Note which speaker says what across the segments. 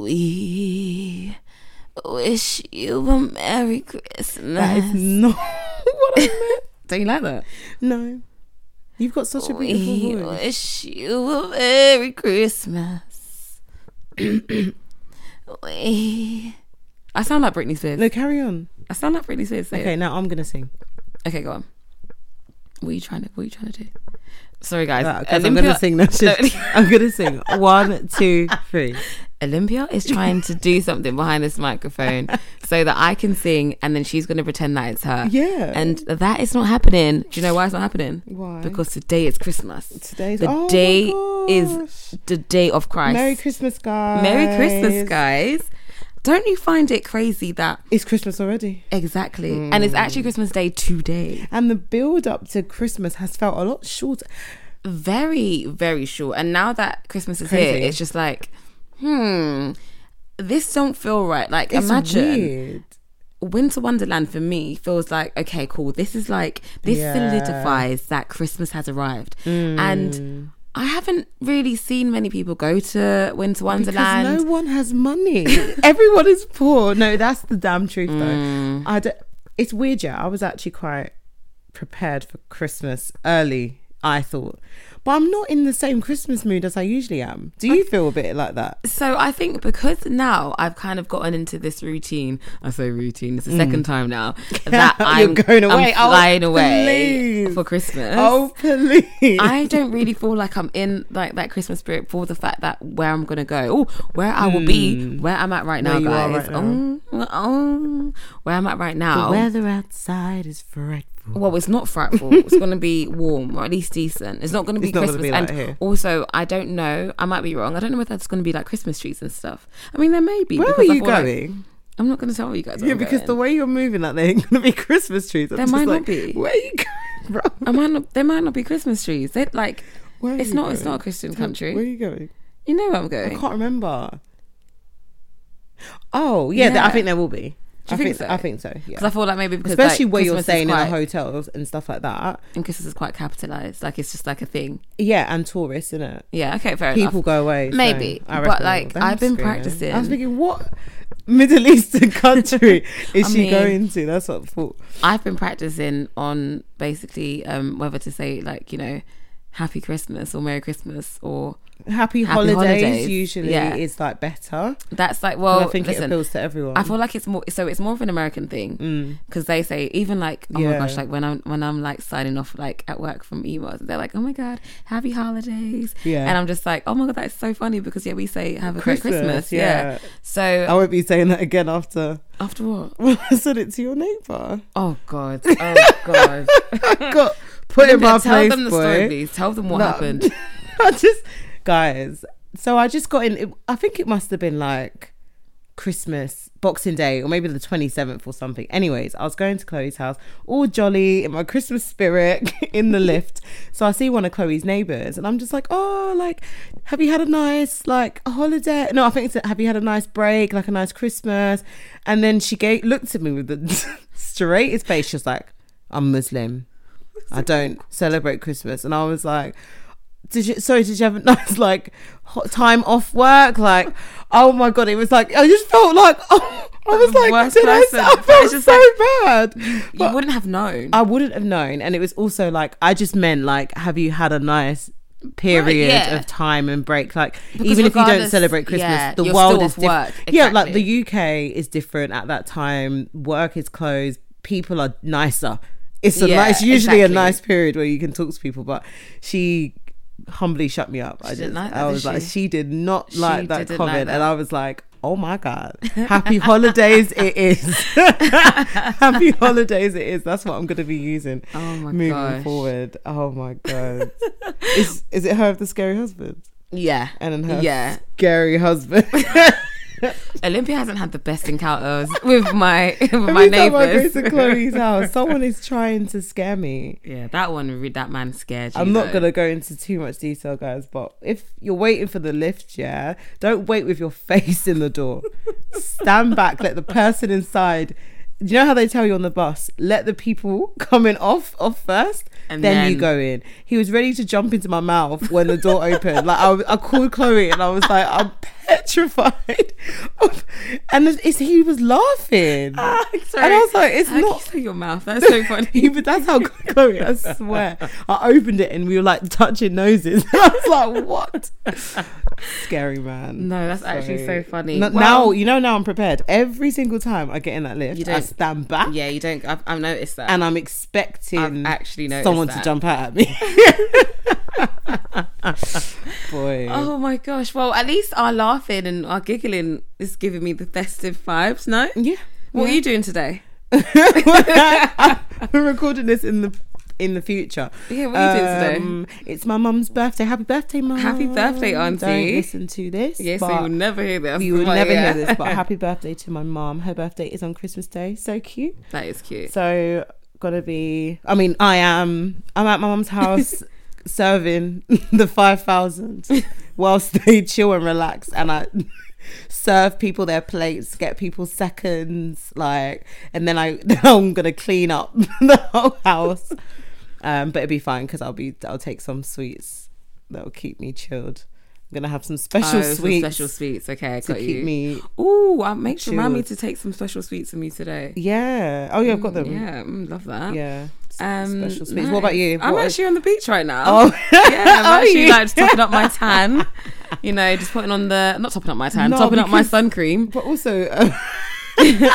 Speaker 1: We wish you a Merry Christmas.
Speaker 2: That is not what I meant. Don't you like that? No. You've got such a
Speaker 1: we
Speaker 2: beautiful voice.
Speaker 1: wish you a Merry Christmas. we. I sound like Britney Spears.
Speaker 2: No, carry on.
Speaker 1: I sound like Britney Spears. Okay.
Speaker 2: Okay, now I'm gonna sing.
Speaker 1: okay, go on. What are you trying to? What are you trying to do? Sorry, guys.
Speaker 2: That, Uh, 'cause I'm gonna sing. No, shit. I'm gonna sing. One, two, three.
Speaker 1: Olympia is trying to do something behind this microphone so that I can sing and then she's going to pretend that it's her.
Speaker 2: Yeah.
Speaker 1: And that is not happening. Do you know why it's not happening?
Speaker 2: Why?
Speaker 1: Because today is Christmas.
Speaker 2: Today's-
Speaker 1: the
Speaker 2: oh my
Speaker 1: day is
Speaker 2: gosh.
Speaker 1: the day of Christ.
Speaker 2: Merry Christmas, guys.
Speaker 1: Merry Christmas, guys. Don't you find it crazy that
Speaker 2: It's Christmas already.
Speaker 1: exactly? And it's
Speaker 2: Mm.
Speaker 1: actually Christmas Day today.
Speaker 2: And the build up to Christmas has felt a lot shorter.
Speaker 1: very very short and now that christmas is
Speaker 2: Crazy.
Speaker 1: here it's just like hmm this don't feel right like
Speaker 2: It's
Speaker 1: imagine
Speaker 2: weird.
Speaker 1: winter wonderland for me feels like okay cool this is like this
Speaker 2: Yeah.
Speaker 1: solidifies that christmas has arrived
Speaker 2: Hmm.
Speaker 1: and i haven't really seen many people go to winter wonderland
Speaker 2: Because no one has money. Everyone is poor. No, that's the damn truth,
Speaker 1: Mm.
Speaker 2: though. I don't- it's weird, yeah. I was actually quite prepared for Christmas early, I thought. But I'm not in the same Christmas mood as I usually am. Do you feel a bit like that?
Speaker 1: So I think because now I've kind of gotten into this routine. I say routine. It's the second time now that
Speaker 2: Hmm. You're
Speaker 1: I'm
Speaker 2: going
Speaker 1: I'm
Speaker 2: away. Oh,
Speaker 1: flying away
Speaker 2: please.
Speaker 1: for Christmas.
Speaker 2: Oh, please.
Speaker 1: I don't really feel like I'm in like that Christmas spirit for the fact that where I'm gonna go, oh, where I will be, where I'm at right now,
Speaker 2: Hmm. you are
Speaker 1: guys.
Speaker 2: right
Speaker 1: Oh, oh, where I'm at right now.
Speaker 2: the weather outside is frightful.
Speaker 1: Well, it's not frightful. it's going to be warm or at least decent. It's not going to be
Speaker 2: It's not gonna
Speaker 1: Christmas.
Speaker 2: be
Speaker 1: and
Speaker 2: like here.
Speaker 1: also, I don't know. I might be wrong. I don't know whether there's going to be like Christmas trees and stuff. I mean, there may be.
Speaker 2: Where are
Speaker 1: because I
Speaker 2: you
Speaker 1: feel like-
Speaker 2: going?
Speaker 1: I'm not going to tell you guys.
Speaker 2: yeah, because the way you're moving, like there ain't gonna be Christmas trees. I'm
Speaker 1: There
Speaker 2: just
Speaker 1: might not
Speaker 2: like,
Speaker 1: be.
Speaker 2: Where are you going, bro?
Speaker 1: I might not. There might not be Christmas trees. They like.
Speaker 2: Where are
Speaker 1: it's
Speaker 2: you
Speaker 1: not. It's
Speaker 2: going?
Speaker 1: not a Christian
Speaker 2: Where are
Speaker 1: country.
Speaker 2: you going?
Speaker 1: You know where I'm
Speaker 2: I
Speaker 1: going.
Speaker 2: can't remember. Oh yeah, th- I
Speaker 1: Yeah.
Speaker 2: think there will be.
Speaker 1: Do you
Speaker 2: I
Speaker 1: think so?
Speaker 2: I think so. Yeah.
Speaker 1: Because I feel like maybe because
Speaker 2: Especially
Speaker 1: like,
Speaker 2: where you're
Speaker 1: Christmas is
Speaker 2: staying
Speaker 1: quite,
Speaker 2: in the hotels and stuff like that.
Speaker 1: and Christmas is quite capitalized. Like it's just like a thing.
Speaker 2: Yeah, and tourists, isn't it?
Speaker 1: Yeah. Okay. Fair enough.
Speaker 2: People go away. so
Speaker 1: Maybe,
Speaker 2: I
Speaker 1: but,
Speaker 2: reckon
Speaker 1: like,
Speaker 2: they'll- they'll
Speaker 1: I've been
Speaker 2: scream it. I was
Speaker 1: practicing.
Speaker 2: thinking, what Middle Eastern country is
Speaker 1: I
Speaker 2: she
Speaker 1: mean-
Speaker 2: going to? That's what I thought.
Speaker 1: I've been practicing on basically um, whether to say like you know, Happy Christmas or Merry Christmas or Happy
Speaker 2: Happy, holidays,
Speaker 1: holidays,
Speaker 2: usually
Speaker 1: yeah.
Speaker 2: is like better.
Speaker 1: that's like
Speaker 2: But
Speaker 1: well.
Speaker 2: I think it
Speaker 1: listen,
Speaker 2: appeals to everyone. Mm.
Speaker 1: I feel like it's more so it's more of an American thing because they say even like oh my
Speaker 2: Yeah.
Speaker 1: gosh like when I'm when I'm like signing off like at work from emails they're like oh my god happy holidays
Speaker 2: Yeah.
Speaker 1: and I'm just like oh my god that's so funny because yeah we say have a
Speaker 2: Christmas,
Speaker 1: great Christmas yeah,
Speaker 2: yeah. Oh.
Speaker 1: so
Speaker 2: I won't be saying that again after
Speaker 1: after what
Speaker 2: when I said it to your neighbour.
Speaker 1: oh god oh god
Speaker 2: I got put in my
Speaker 1: tell
Speaker 2: place,
Speaker 1: them the
Speaker 2: boy.
Speaker 1: story please tell them what
Speaker 2: No.
Speaker 1: happened
Speaker 2: I just, guys. So I just got in. It, I think it must have been like Christmas, Boxing Day, or maybe the twenty seventh or something. Anyways, I was going to Chloe's house, all jolly in my Christmas spirit, in the lift. So I see one of Chloe's neighbors, and I'm just like, oh, like, have you had a nice like holiday? No, I think it's have you had a nice break, like a nice Christmas? And then she gave, looked at me with the straightest face. She was like, I'm Muslim. I don't celebrate Christmas. And I was like, did you, sorry, did you have a nice like hot time off work? Like, oh my God, it was like, I just felt like, oh, I was
Speaker 1: The
Speaker 2: like,
Speaker 1: worst
Speaker 2: did I,
Speaker 1: person.
Speaker 2: I
Speaker 1: It's
Speaker 2: felt
Speaker 1: just
Speaker 2: so
Speaker 1: like-
Speaker 2: bad.
Speaker 1: you wouldn't have known
Speaker 2: I wouldn't have known. And it was also like, I just meant like, have you had a nice period
Speaker 1: yeah.
Speaker 2: of time and break? Like,
Speaker 1: Because
Speaker 2: even if you don't
Speaker 1: regardless-
Speaker 2: celebrate Christmas,
Speaker 1: yeah,
Speaker 2: the
Speaker 1: you're
Speaker 2: world
Speaker 1: still
Speaker 2: is
Speaker 1: off
Speaker 2: different.
Speaker 1: work.
Speaker 2: Yeah, like
Speaker 1: Exactly.
Speaker 2: the UK is different at that time. Work is closed. People are nicer. It's a
Speaker 1: Yeah,
Speaker 2: nice,
Speaker 1: exactly.
Speaker 2: usually a nice period where you can talk to people. But she humbly shut me up. I
Speaker 1: didn't
Speaker 2: just,
Speaker 1: like that,
Speaker 2: I
Speaker 1: did
Speaker 2: was like,
Speaker 1: she?
Speaker 2: she did not
Speaker 1: She
Speaker 2: like that
Speaker 1: didn't like
Speaker 2: comment,
Speaker 1: that.
Speaker 2: and I was like. Oh my God. Happy holidays, it is. Happy holidays, it is. That's what I'm going to be using
Speaker 1: oh my
Speaker 2: moving
Speaker 1: gosh
Speaker 2: forward. Oh my god. is is it her of the scary husband?
Speaker 1: yeah
Speaker 2: And then her
Speaker 1: yeah
Speaker 2: scary husband.
Speaker 1: Olympia hasn't had the best encounters with my with my
Speaker 2: Every time I go
Speaker 1: neighbors.
Speaker 2: to Chloe's house, someone is trying to scare me.
Speaker 1: yeah, that one, re- that man scared you.
Speaker 2: I'm not
Speaker 1: though.
Speaker 2: gonna go into too much detail, guys, but if you're waiting for the lift, yeah, don't wait with your face in the door. Stand back, let the person inside you know how they tell you on the bus, let the people coming off off first,
Speaker 1: And
Speaker 2: then, you
Speaker 1: then-
Speaker 2: go in. He was ready to jump into my mouth when the door opened. Like I, was- I called Chloe and I was like, I'm petrified. of- and it's, he was laughing.
Speaker 1: Ah,
Speaker 2: And I was like, it's
Speaker 1: How do you
Speaker 2: not.
Speaker 1: say your mouth. That's so funny.
Speaker 2: He, but that's how good Chloe, I swear. I opened it and we were like touching noses. I was like, what? Scary man.
Speaker 1: No, that's actually so funny.
Speaker 2: N- now,
Speaker 1: Well,
Speaker 2: you know, now I'm prepared. Every single time I get in that lift,
Speaker 1: You
Speaker 2: I
Speaker 1: don't-
Speaker 2: stand back
Speaker 1: yeah, you don't. I've, I've noticed that.
Speaker 2: and I'm expecting
Speaker 1: I've actually noticed
Speaker 2: someone to
Speaker 1: that.
Speaker 2: jump out at me. Boy.
Speaker 1: Oh my gosh! Well, at least our laughing and our giggling is giving me the festive vibes. No,
Speaker 2: Yeah.
Speaker 1: what are you doing today?
Speaker 2: We're recording this in the in the future.
Speaker 1: Yeah, what are you doing
Speaker 2: Um,
Speaker 1: today?
Speaker 2: today? It's my mum's birthday. Happy birthday, mum.
Speaker 1: Happy birthday,
Speaker 2: Don't
Speaker 1: auntie.
Speaker 2: listen to this.
Speaker 1: Yeah, so
Speaker 2: but
Speaker 1: you'll never hear this.
Speaker 2: you will
Speaker 1: But
Speaker 2: never
Speaker 1: yeah.
Speaker 2: hear this, but happy birthday to my mum. Her birthday is on Christmas Day. So cute.
Speaker 1: That is cute.
Speaker 2: So gotta be. I mean, I am. I'm at my mum's house serving the five thousand, whilst they chill and relax, and I serve people their plates, get people seconds, like, and then I I'm gonna clean up the whole house. Um, but it'll be fine because I'll be I'll take some sweets that'll keep me chilled. I'm gonna have some special
Speaker 1: Oh, some
Speaker 2: sweets
Speaker 1: special sweets. Okay, I
Speaker 2: to
Speaker 1: got
Speaker 2: keep
Speaker 1: you.
Speaker 2: me.
Speaker 1: Ooh, I make sure remind me
Speaker 2: Chilled.
Speaker 1: to take some special sweets with me today.
Speaker 2: Yeah. Oh yeah, I've got them.
Speaker 1: Yeah, mm, love that.
Speaker 2: Yeah. S-
Speaker 1: Um,
Speaker 2: special sweets. What about
Speaker 1: nice.
Speaker 2: you?
Speaker 1: I'm
Speaker 2: What is-
Speaker 1: actually on the beach right now.
Speaker 2: Oh.
Speaker 1: yeah,
Speaker 2: Are
Speaker 1: I'm actually
Speaker 2: you?
Speaker 1: like topping up my tan. You know, just putting on the not topping up my tan,
Speaker 2: No,
Speaker 1: topping up my
Speaker 2: because-
Speaker 1: sun cream,
Speaker 2: But also, um,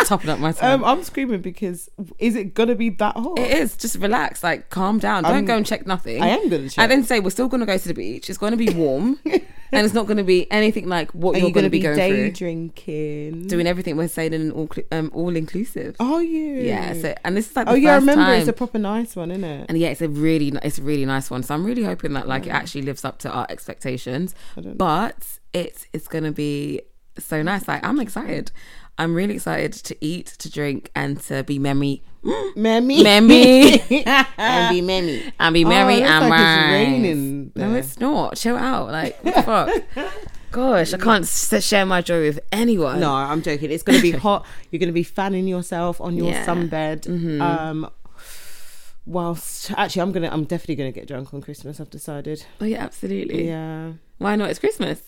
Speaker 1: topping up my tan.
Speaker 2: um, I'm screaming because is it gonna be that hot?
Speaker 1: it is just relax, like calm down. Don't
Speaker 2: I'm-
Speaker 1: go and check nothing.
Speaker 2: I am gonna check.
Speaker 1: And then say we're still gonna go to the beach. It's gonna be warm, and it's not gonna be anything like what
Speaker 2: Are
Speaker 1: you're
Speaker 2: you gonna, be,
Speaker 1: going
Speaker 2: day
Speaker 1: through.
Speaker 2: drinking?
Speaker 1: Doing everything we're saying in all cl- um, all inclusive.
Speaker 2: Are you?
Speaker 1: Yeah. So and this is like the
Speaker 2: oh yeah, I
Speaker 1: first
Speaker 2: remember
Speaker 1: time.
Speaker 2: it's a proper nice one, isn't it?
Speaker 1: and yeah, it's a really ni- it's a really nice one. So I'm really hoping that like it actually lives up to our expectations. But it is going to be so nice. Like I'm excited. I'm really excited to eat, to drink, and to be merry,
Speaker 2: Mammy,
Speaker 1: merry,
Speaker 2: and be mammy. Oh,
Speaker 1: and be merry
Speaker 2: it looks
Speaker 1: and
Speaker 2: like it's
Speaker 1: rise.
Speaker 2: raining
Speaker 1: No,
Speaker 2: there.
Speaker 1: it's not. Chill out. Like what the fuck. Gosh, I can't s- share my joy with anyone.
Speaker 2: No, I'm joking. It's gonna be hot. You're gonna be fanning yourself on your
Speaker 1: Yeah. Mm-hmm.
Speaker 2: sunbed. Um, whilst actually, I'm gonna, I'm definitely gonna get drunk on Christmas. I've decided.
Speaker 1: Oh yeah, absolutely.
Speaker 2: Yeah,
Speaker 1: Why not? It's Christmas.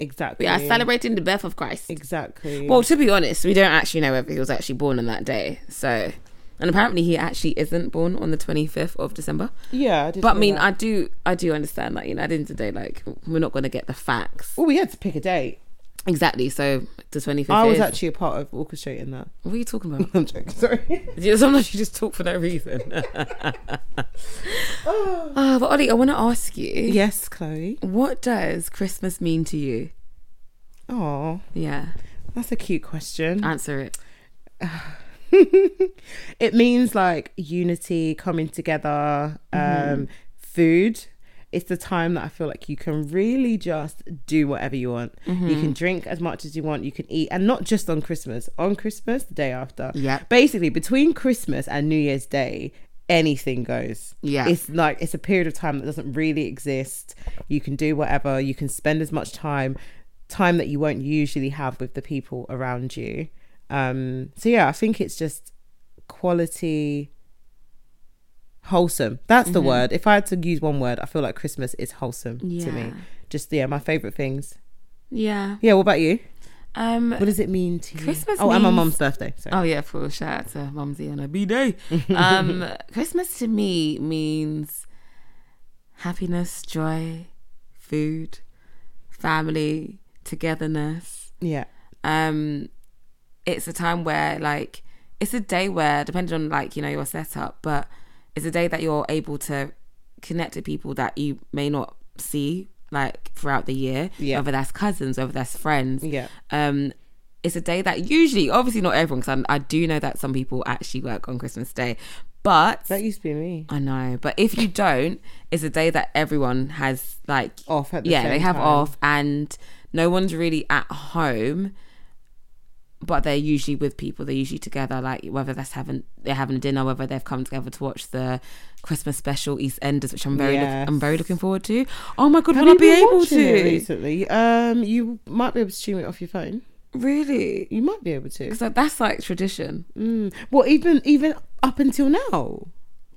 Speaker 2: exactly.
Speaker 1: We are celebrating the birth of Christ.
Speaker 2: Exactly.
Speaker 1: Well, to be honest, we don't actually know whether he was actually born on that day. So, and apparently he actually isn't born on the 25th of December.
Speaker 2: yeah, I did
Speaker 1: But I
Speaker 2: hear
Speaker 1: mean,
Speaker 2: that.
Speaker 1: I do, I do understand that. You know, at the end of the day, like we're not going to get the facts
Speaker 2: Well, we had to pick a date.
Speaker 1: exactly. So the 25th.
Speaker 2: I was
Speaker 1: is-
Speaker 2: actually a part of orchestrating that.
Speaker 1: What are you talking about?
Speaker 2: I'm joking. Sorry.
Speaker 1: Yeah, Sometimes you just talk for no reason. Ah, but Ollie, I want to ask you,
Speaker 2: yes, Chloe.
Speaker 1: what does Christmas mean to you?
Speaker 2: Oh,
Speaker 1: Yeah,
Speaker 2: that's a cute question.
Speaker 1: answer it.
Speaker 2: it means like unity, coming together, um, food. It's the time that I feel like you can really just do whatever you want. You can drink as much as you want. You can eat, and not just on Christmas. On Christmas, the day after.
Speaker 1: Yep.
Speaker 2: Basically, between Christmas and New Year's Day, anything goes.
Speaker 1: Yeah.
Speaker 2: It's like it's a period of time that doesn't really exist. You can do whatever. You can spend as much time, time that you won't usually have with the people around you. Um. So yeah, I think it's just quality wholesome that's
Speaker 1: Mm-hmm.
Speaker 2: the word if i had to use one word i feel like christmas is wholesome to me
Speaker 1: Yeah.
Speaker 2: just yeah my favorite things
Speaker 1: Yeah.
Speaker 2: yeah what about you
Speaker 1: Um.
Speaker 2: what does it mean to you
Speaker 1: Christmas
Speaker 2: oh and my
Speaker 1: means-
Speaker 2: mum's birthday sorry.
Speaker 1: Oh yeah, full shout out to Mumsy on a B day. Um, Christmas to me means happiness, joy, food, family, togetherness.
Speaker 2: yeah
Speaker 1: Um, it's a time where like it's a day where, depending on like you know your setup, but it's a day that you're able to connect to people that you may not see like throughout the year,
Speaker 2: Yeah.
Speaker 1: whether that's cousins, whether that's friends,
Speaker 2: yeah
Speaker 1: um it's a day that usually obviously not everyone because I, I do know that some people actually work on christmas day but
Speaker 2: that used to be me
Speaker 1: i know but if you don't it's a day that everyone has like
Speaker 2: off at the
Speaker 1: yeah
Speaker 2: same
Speaker 1: they have
Speaker 2: time.
Speaker 1: off and no one's really at home but they're usually with people they're usually together like whether that's having they're having dinner whether they've come together to watch the christmas special east enders which i'm very
Speaker 2: Yes.
Speaker 1: look, i'm very looking forward to oh my god
Speaker 2: have
Speaker 1: will i
Speaker 2: you
Speaker 1: be
Speaker 2: been
Speaker 1: able
Speaker 2: watching it
Speaker 1: to
Speaker 2: recently um you might be able to stream it off your phone
Speaker 1: really
Speaker 2: you might be able to
Speaker 1: because that's like tradition
Speaker 2: mm. well even even up until now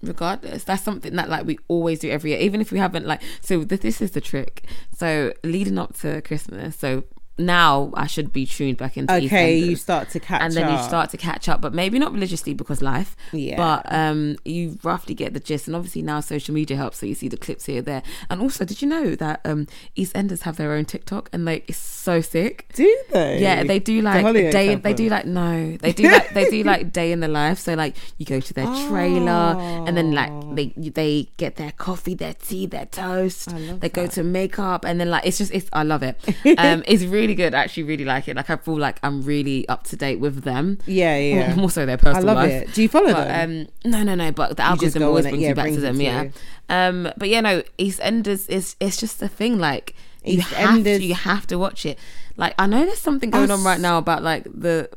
Speaker 1: regardless that's something that like we always do every year even if we haven't like so th- this is the trick so leading up to christmas so now I should be tuned back into
Speaker 2: Okay,
Speaker 1: EastEnders.
Speaker 2: you start to catch
Speaker 1: and then you
Speaker 2: up.
Speaker 1: start to catch up, but maybe not religiously because life.
Speaker 2: Yeah.
Speaker 1: But um, you roughly get the gist, and obviously now social media helps, so you see the clips here, there, and also did you know that um, EastEnders have their own TikTok, and like it's so sick.
Speaker 2: Do they?
Speaker 1: Yeah, they do like a
Speaker 2: Hollyoaks
Speaker 1: day.
Speaker 2: have
Speaker 1: They do
Speaker 2: one.
Speaker 1: like no, they do like they do like day in the life. So like you go to their trailer, and then like
Speaker 2: Oh.
Speaker 1: they they get their coffee, their tea, their toast. They
Speaker 2: love
Speaker 1: go to makeup, and then like it's just it's I love it. Um, it's really good. I actually really like it. Like I feel like I'm really up to date with them.
Speaker 2: Yeah, yeah.
Speaker 1: More so their
Speaker 2: I
Speaker 1: personal
Speaker 2: love
Speaker 1: life.
Speaker 2: it. Do you follow
Speaker 1: But,
Speaker 2: them?
Speaker 1: um, no, no, no. But the
Speaker 2: just
Speaker 1: algorithm
Speaker 2: go
Speaker 1: always
Speaker 2: on it,
Speaker 1: brings
Speaker 2: yeah,
Speaker 1: you back to
Speaker 2: brings
Speaker 1: them.
Speaker 2: you
Speaker 1: Yeah.
Speaker 2: to-
Speaker 1: Um, but yeah, no. EastEnders is it's just a thing. Like you have to,
Speaker 2: EastEnders-
Speaker 1: you have to watch it. Like I know there's something going on
Speaker 2: Us-
Speaker 1: right now about like the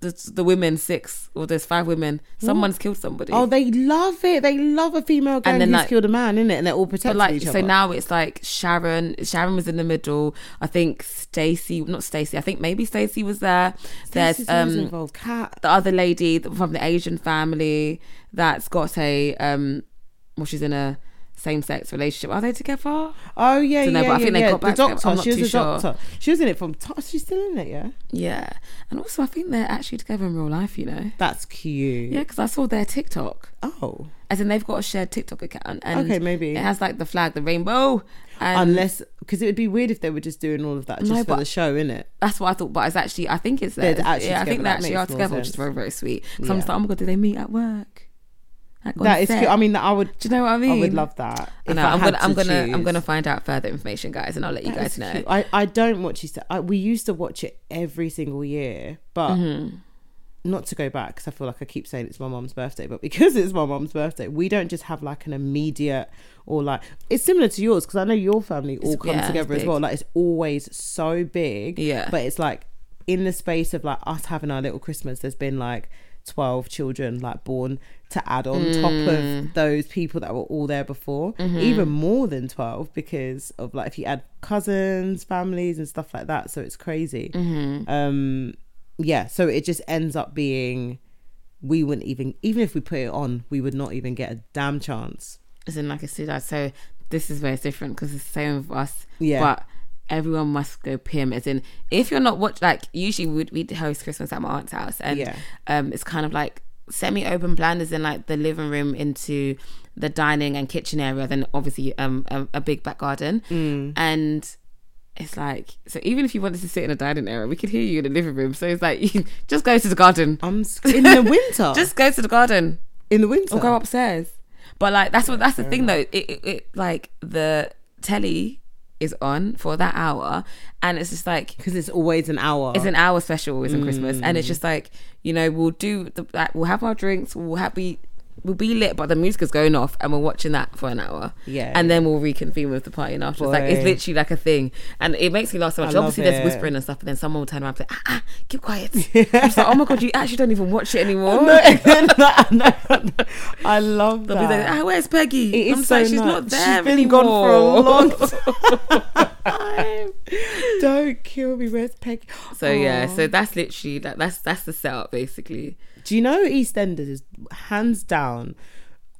Speaker 1: the, the women six or there's five women. Someone's killed somebody.
Speaker 2: oh, they love it. They love a female gang
Speaker 1: then,
Speaker 2: who's
Speaker 1: like-
Speaker 2: killed a man, innit? And they're all
Speaker 1: but
Speaker 2: protecting
Speaker 1: like
Speaker 2: each
Speaker 1: so
Speaker 2: other.
Speaker 1: now it's like Sharon. Sharon was in the middle. I think Stacy, not Stacy. I think maybe Stacy was there.
Speaker 2: This
Speaker 1: There's
Speaker 2: is always
Speaker 1: um
Speaker 2: involved. Cat.
Speaker 1: the other lady th- from the Asian family that's got a um well she's in a same sex relationship. Are they together?
Speaker 2: Oh yeah,
Speaker 1: Dunno,
Speaker 2: yeah,
Speaker 1: but I
Speaker 2: yeah,
Speaker 1: think they
Speaker 2: yeah.
Speaker 1: got back
Speaker 2: the
Speaker 1: together.
Speaker 2: doctor.
Speaker 1: I'm not
Speaker 2: she was
Speaker 1: too
Speaker 2: a
Speaker 1: sure.
Speaker 2: doctor. She was in it from. Top. She's still in it, yeah.
Speaker 1: Yeah. And also I think they're actually together in real life, you know.
Speaker 2: That's cute.
Speaker 1: Yeah, because I saw their TikTok.
Speaker 2: Oh,
Speaker 1: As in they've got a shared TikTok account and
Speaker 2: Okay, maybe.
Speaker 1: it has like the flag, the rainbow. And
Speaker 2: unless because it would be weird if they were just doing all of that just
Speaker 1: No,
Speaker 2: for
Speaker 1: but-
Speaker 2: the show, innit?
Speaker 1: that's what I thought, but it's actually I think it's
Speaker 2: They're
Speaker 1: theirs.
Speaker 2: actually
Speaker 1: yeah, I think they
Speaker 2: together. That
Speaker 1: actually
Speaker 2: makes
Speaker 1: are
Speaker 2: more
Speaker 1: together, which is
Speaker 2: sense.
Speaker 1: very, very sweet. So I'm
Speaker 2: Yeah.
Speaker 1: just like, oh my god, do they meet at work? Like on
Speaker 2: That is
Speaker 1: set?
Speaker 2: cute. I mean, I would.
Speaker 1: Do you know what I mean?
Speaker 2: I would love that.
Speaker 1: I
Speaker 2: if
Speaker 1: know.
Speaker 2: I
Speaker 1: I'm
Speaker 2: had
Speaker 1: gonna, I'm
Speaker 2: to
Speaker 1: gonna, I'm
Speaker 2: choose.
Speaker 1: gonna find out further information, guys, and I'll let you
Speaker 2: That
Speaker 1: guys
Speaker 2: is
Speaker 1: know.
Speaker 2: cute. I, I don't watch Easter. I, we used to watch it every single year, but
Speaker 1: Mm-hmm.
Speaker 2: not to go back because I feel like I keep saying it's my mom's birthday, but because it's my mom's birthday, we don't just have like an immediate or like it's similar to yours because I know your family all come
Speaker 1: yeah, it's
Speaker 2: together as
Speaker 1: big.
Speaker 2: well. Like it's always so big,
Speaker 1: Yeah.
Speaker 2: But it's like in the space of like us having our little Christmas, there's been like. 12 children like born to add on top of
Speaker 1: Mm.
Speaker 2: those people that were all there before
Speaker 1: Mm-hmm.
Speaker 2: even more than 12 because of like if you add cousins families and stuff like that so it's crazy
Speaker 1: Mm-hmm.
Speaker 2: um yeah so it just ends up being we wouldn't even even if we put it on we would not even get a damn chance
Speaker 1: As in, like I said, I so this is where it's different because it's the same with us.
Speaker 2: Yeah.
Speaker 1: But everyone must go pim. As in, if you're not watch, like usually we'd we'd host Christmas at my aunt's house, and
Speaker 2: Yeah.
Speaker 1: um, it's kind of like semi-open plan, as in like the living room into the dining and kitchen area, then obviously um a, a big back garden,
Speaker 2: Mm.
Speaker 1: and it's like so even if you wanted to sit in a dining area, we could hear you in the living room. So it's like you just go to the garden.
Speaker 2: i'm sc- in the winter
Speaker 1: Just Oh, go to the garden
Speaker 2: in the winter
Speaker 1: or go upstairs. But like that's what that's the thing though. It, it, it like the telly is on for that hour, and it's just like
Speaker 2: because it's always an hour
Speaker 1: it's an hour special always on Christmas, and
Speaker 2: Mm.
Speaker 1: it's just like you know we'll do the like, we'll have our drinks, we'll have be we'll be lit, but the music is going off, and we're watching that for an hour.
Speaker 2: Yeah.
Speaker 1: and then we'll reconvene with the party and after. It's like it's
Speaker 2: Boy.
Speaker 1: literally like a thing, and it makes me laugh so much.
Speaker 2: love
Speaker 1: Obviously, there's
Speaker 2: it.
Speaker 1: whispering and stuff, and then someone will turn around and say, "Ah, ah keep quiet." I'm just like, "Oh my god, you actually don't even watch it anymore."
Speaker 2: Oh, No, no, no, no. i love
Speaker 1: Oh They'll be like,
Speaker 2: that
Speaker 1: ah, where's Peggy?
Speaker 2: It is
Speaker 1: I'm
Speaker 2: so
Speaker 1: sorry, she's
Speaker 2: nice.
Speaker 1: not there
Speaker 2: She's been
Speaker 1: anymore.
Speaker 2: gone for a long time. Don't kill me. Where's Peggy?
Speaker 1: so yeah,
Speaker 2: Aw.
Speaker 1: so that's literally that, that's that's the setup basically.
Speaker 2: Do you know EastEnders is hands down?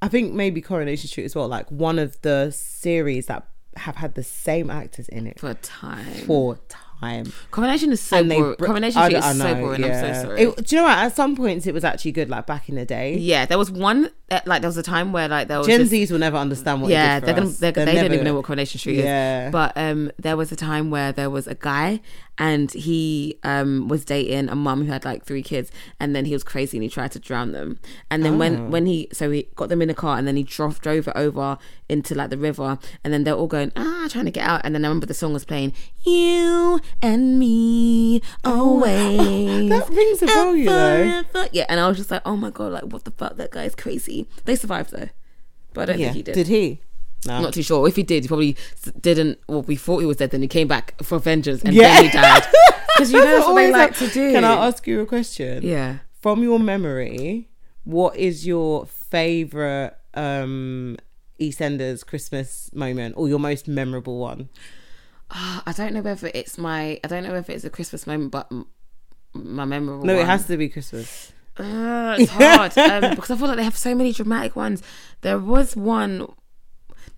Speaker 2: I think maybe Coronation Street as well. Like one of the series that have had the same actors in it
Speaker 1: For time,
Speaker 2: for time,
Speaker 1: combination is so boring.
Speaker 2: br-
Speaker 1: combination
Speaker 2: I
Speaker 1: Street
Speaker 2: don't-
Speaker 1: is
Speaker 2: I
Speaker 1: so
Speaker 2: know,
Speaker 1: boring. I'm
Speaker 2: yeah.
Speaker 1: so sorry.
Speaker 2: It- do you know what? At some points, it was actually good. Like back in the day,
Speaker 1: yeah, there was one uh, like there was a time where like there was
Speaker 2: Gen
Speaker 1: this-
Speaker 2: Z's will never understand what.
Speaker 1: yeah,
Speaker 2: it did for
Speaker 1: they're gonna
Speaker 2: us.
Speaker 1: they're,
Speaker 2: They're
Speaker 1: they don't
Speaker 2: never-
Speaker 1: even know what coronation street
Speaker 2: Yeah.
Speaker 1: is. But um, there was a time where there was a guy and he um was dating a mum who had like three kids, and then he was crazy and he tried to drown them. And then
Speaker 2: Oh.
Speaker 1: when when he so he got them in a car and then he drove drove it over into like the river, and then they're all going ah trying to get out. And then I remember the song was playing you and me always.
Speaker 2: Oh. That rings a bell, you know.
Speaker 1: and forever." Yeah, and I was just like, oh my god, like what the fuck? That guy's crazy. They survived though. But I don't
Speaker 2: Yeah.
Speaker 1: think he did.
Speaker 2: Did he? No.
Speaker 1: I'm not too sure. If he did, he probably s- didn't. Well, we thought he was dead, then he came back for vengeance and
Speaker 2: Yeah.
Speaker 1: then he died. Because you know that's what they
Speaker 2: Always
Speaker 1: like
Speaker 2: have-
Speaker 1: to do.
Speaker 2: Can I ask you a question?
Speaker 1: Yeah.
Speaker 2: From your memory, what is your favorite um EastEnders Christmas moment or your most memorable one?
Speaker 1: Ah, I don't know whether it's my. I don't know whether it's a Christmas moment, but m- my memorable.
Speaker 2: No, it
Speaker 1: one.
Speaker 2: has to be Christmas.
Speaker 1: Uh, it's hard um, because I feel like they have so many dramatic ones. There was one.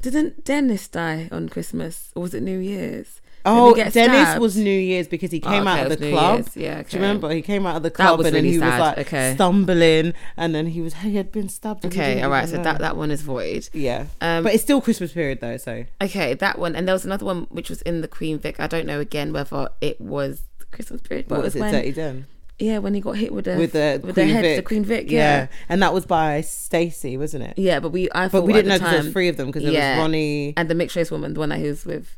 Speaker 1: Didn't Dennis die on Christmas or was it New Year's?
Speaker 2: Oh,
Speaker 1: get
Speaker 2: Dennis
Speaker 1: stabbed?
Speaker 2: was New Year's because he
Speaker 1: Oh,
Speaker 2: came
Speaker 1: okay,
Speaker 2: out
Speaker 1: it
Speaker 2: of the
Speaker 1: was New
Speaker 2: club.
Speaker 1: Year's. Yeah,
Speaker 2: Do
Speaker 1: okay.
Speaker 2: you remember? He came out of the club
Speaker 1: was
Speaker 2: and
Speaker 1: really
Speaker 2: then he
Speaker 1: sad.
Speaker 2: was like
Speaker 1: Okay.
Speaker 2: stumbling, and then he was he had been stabbed. and he
Speaker 1: Okay,
Speaker 2: didn't
Speaker 1: all right.
Speaker 2: even
Speaker 1: So
Speaker 2: know.
Speaker 1: that that one is void.
Speaker 2: yeah,
Speaker 1: Um,
Speaker 2: but it's still Christmas period though. So
Speaker 1: Okay, that one, and there was another one which was in the Queen Vic. I don't know again whether it was Christmas period. But
Speaker 2: what
Speaker 1: it was
Speaker 2: was it?
Speaker 1: when,
Speaker 2: Dirty Den
Speaker 1: yeah, when he got hit with the
Speaker 2: with the
Speaker 1: with
Speaker 2: Queen
Speaker 1: the head,
Speaker 2: Vic.
Speaker 1: the Queen Vic. Yeah,
Speaker 2: and that was by Stacey, wasn't it?
Speaker 1: yeah. but we I
Speaker 2: But
Speaker 1: thought
Speaker 2: we didn't know
Speaker 1: at the
Speaker 2: because there was
Speaker 1: time
Speaker 2: three of them because there
Speaker 1: Yeah.
Speaker 2: was Ronnie.
Speaker 1: and the mixed race woman, the one that he was with,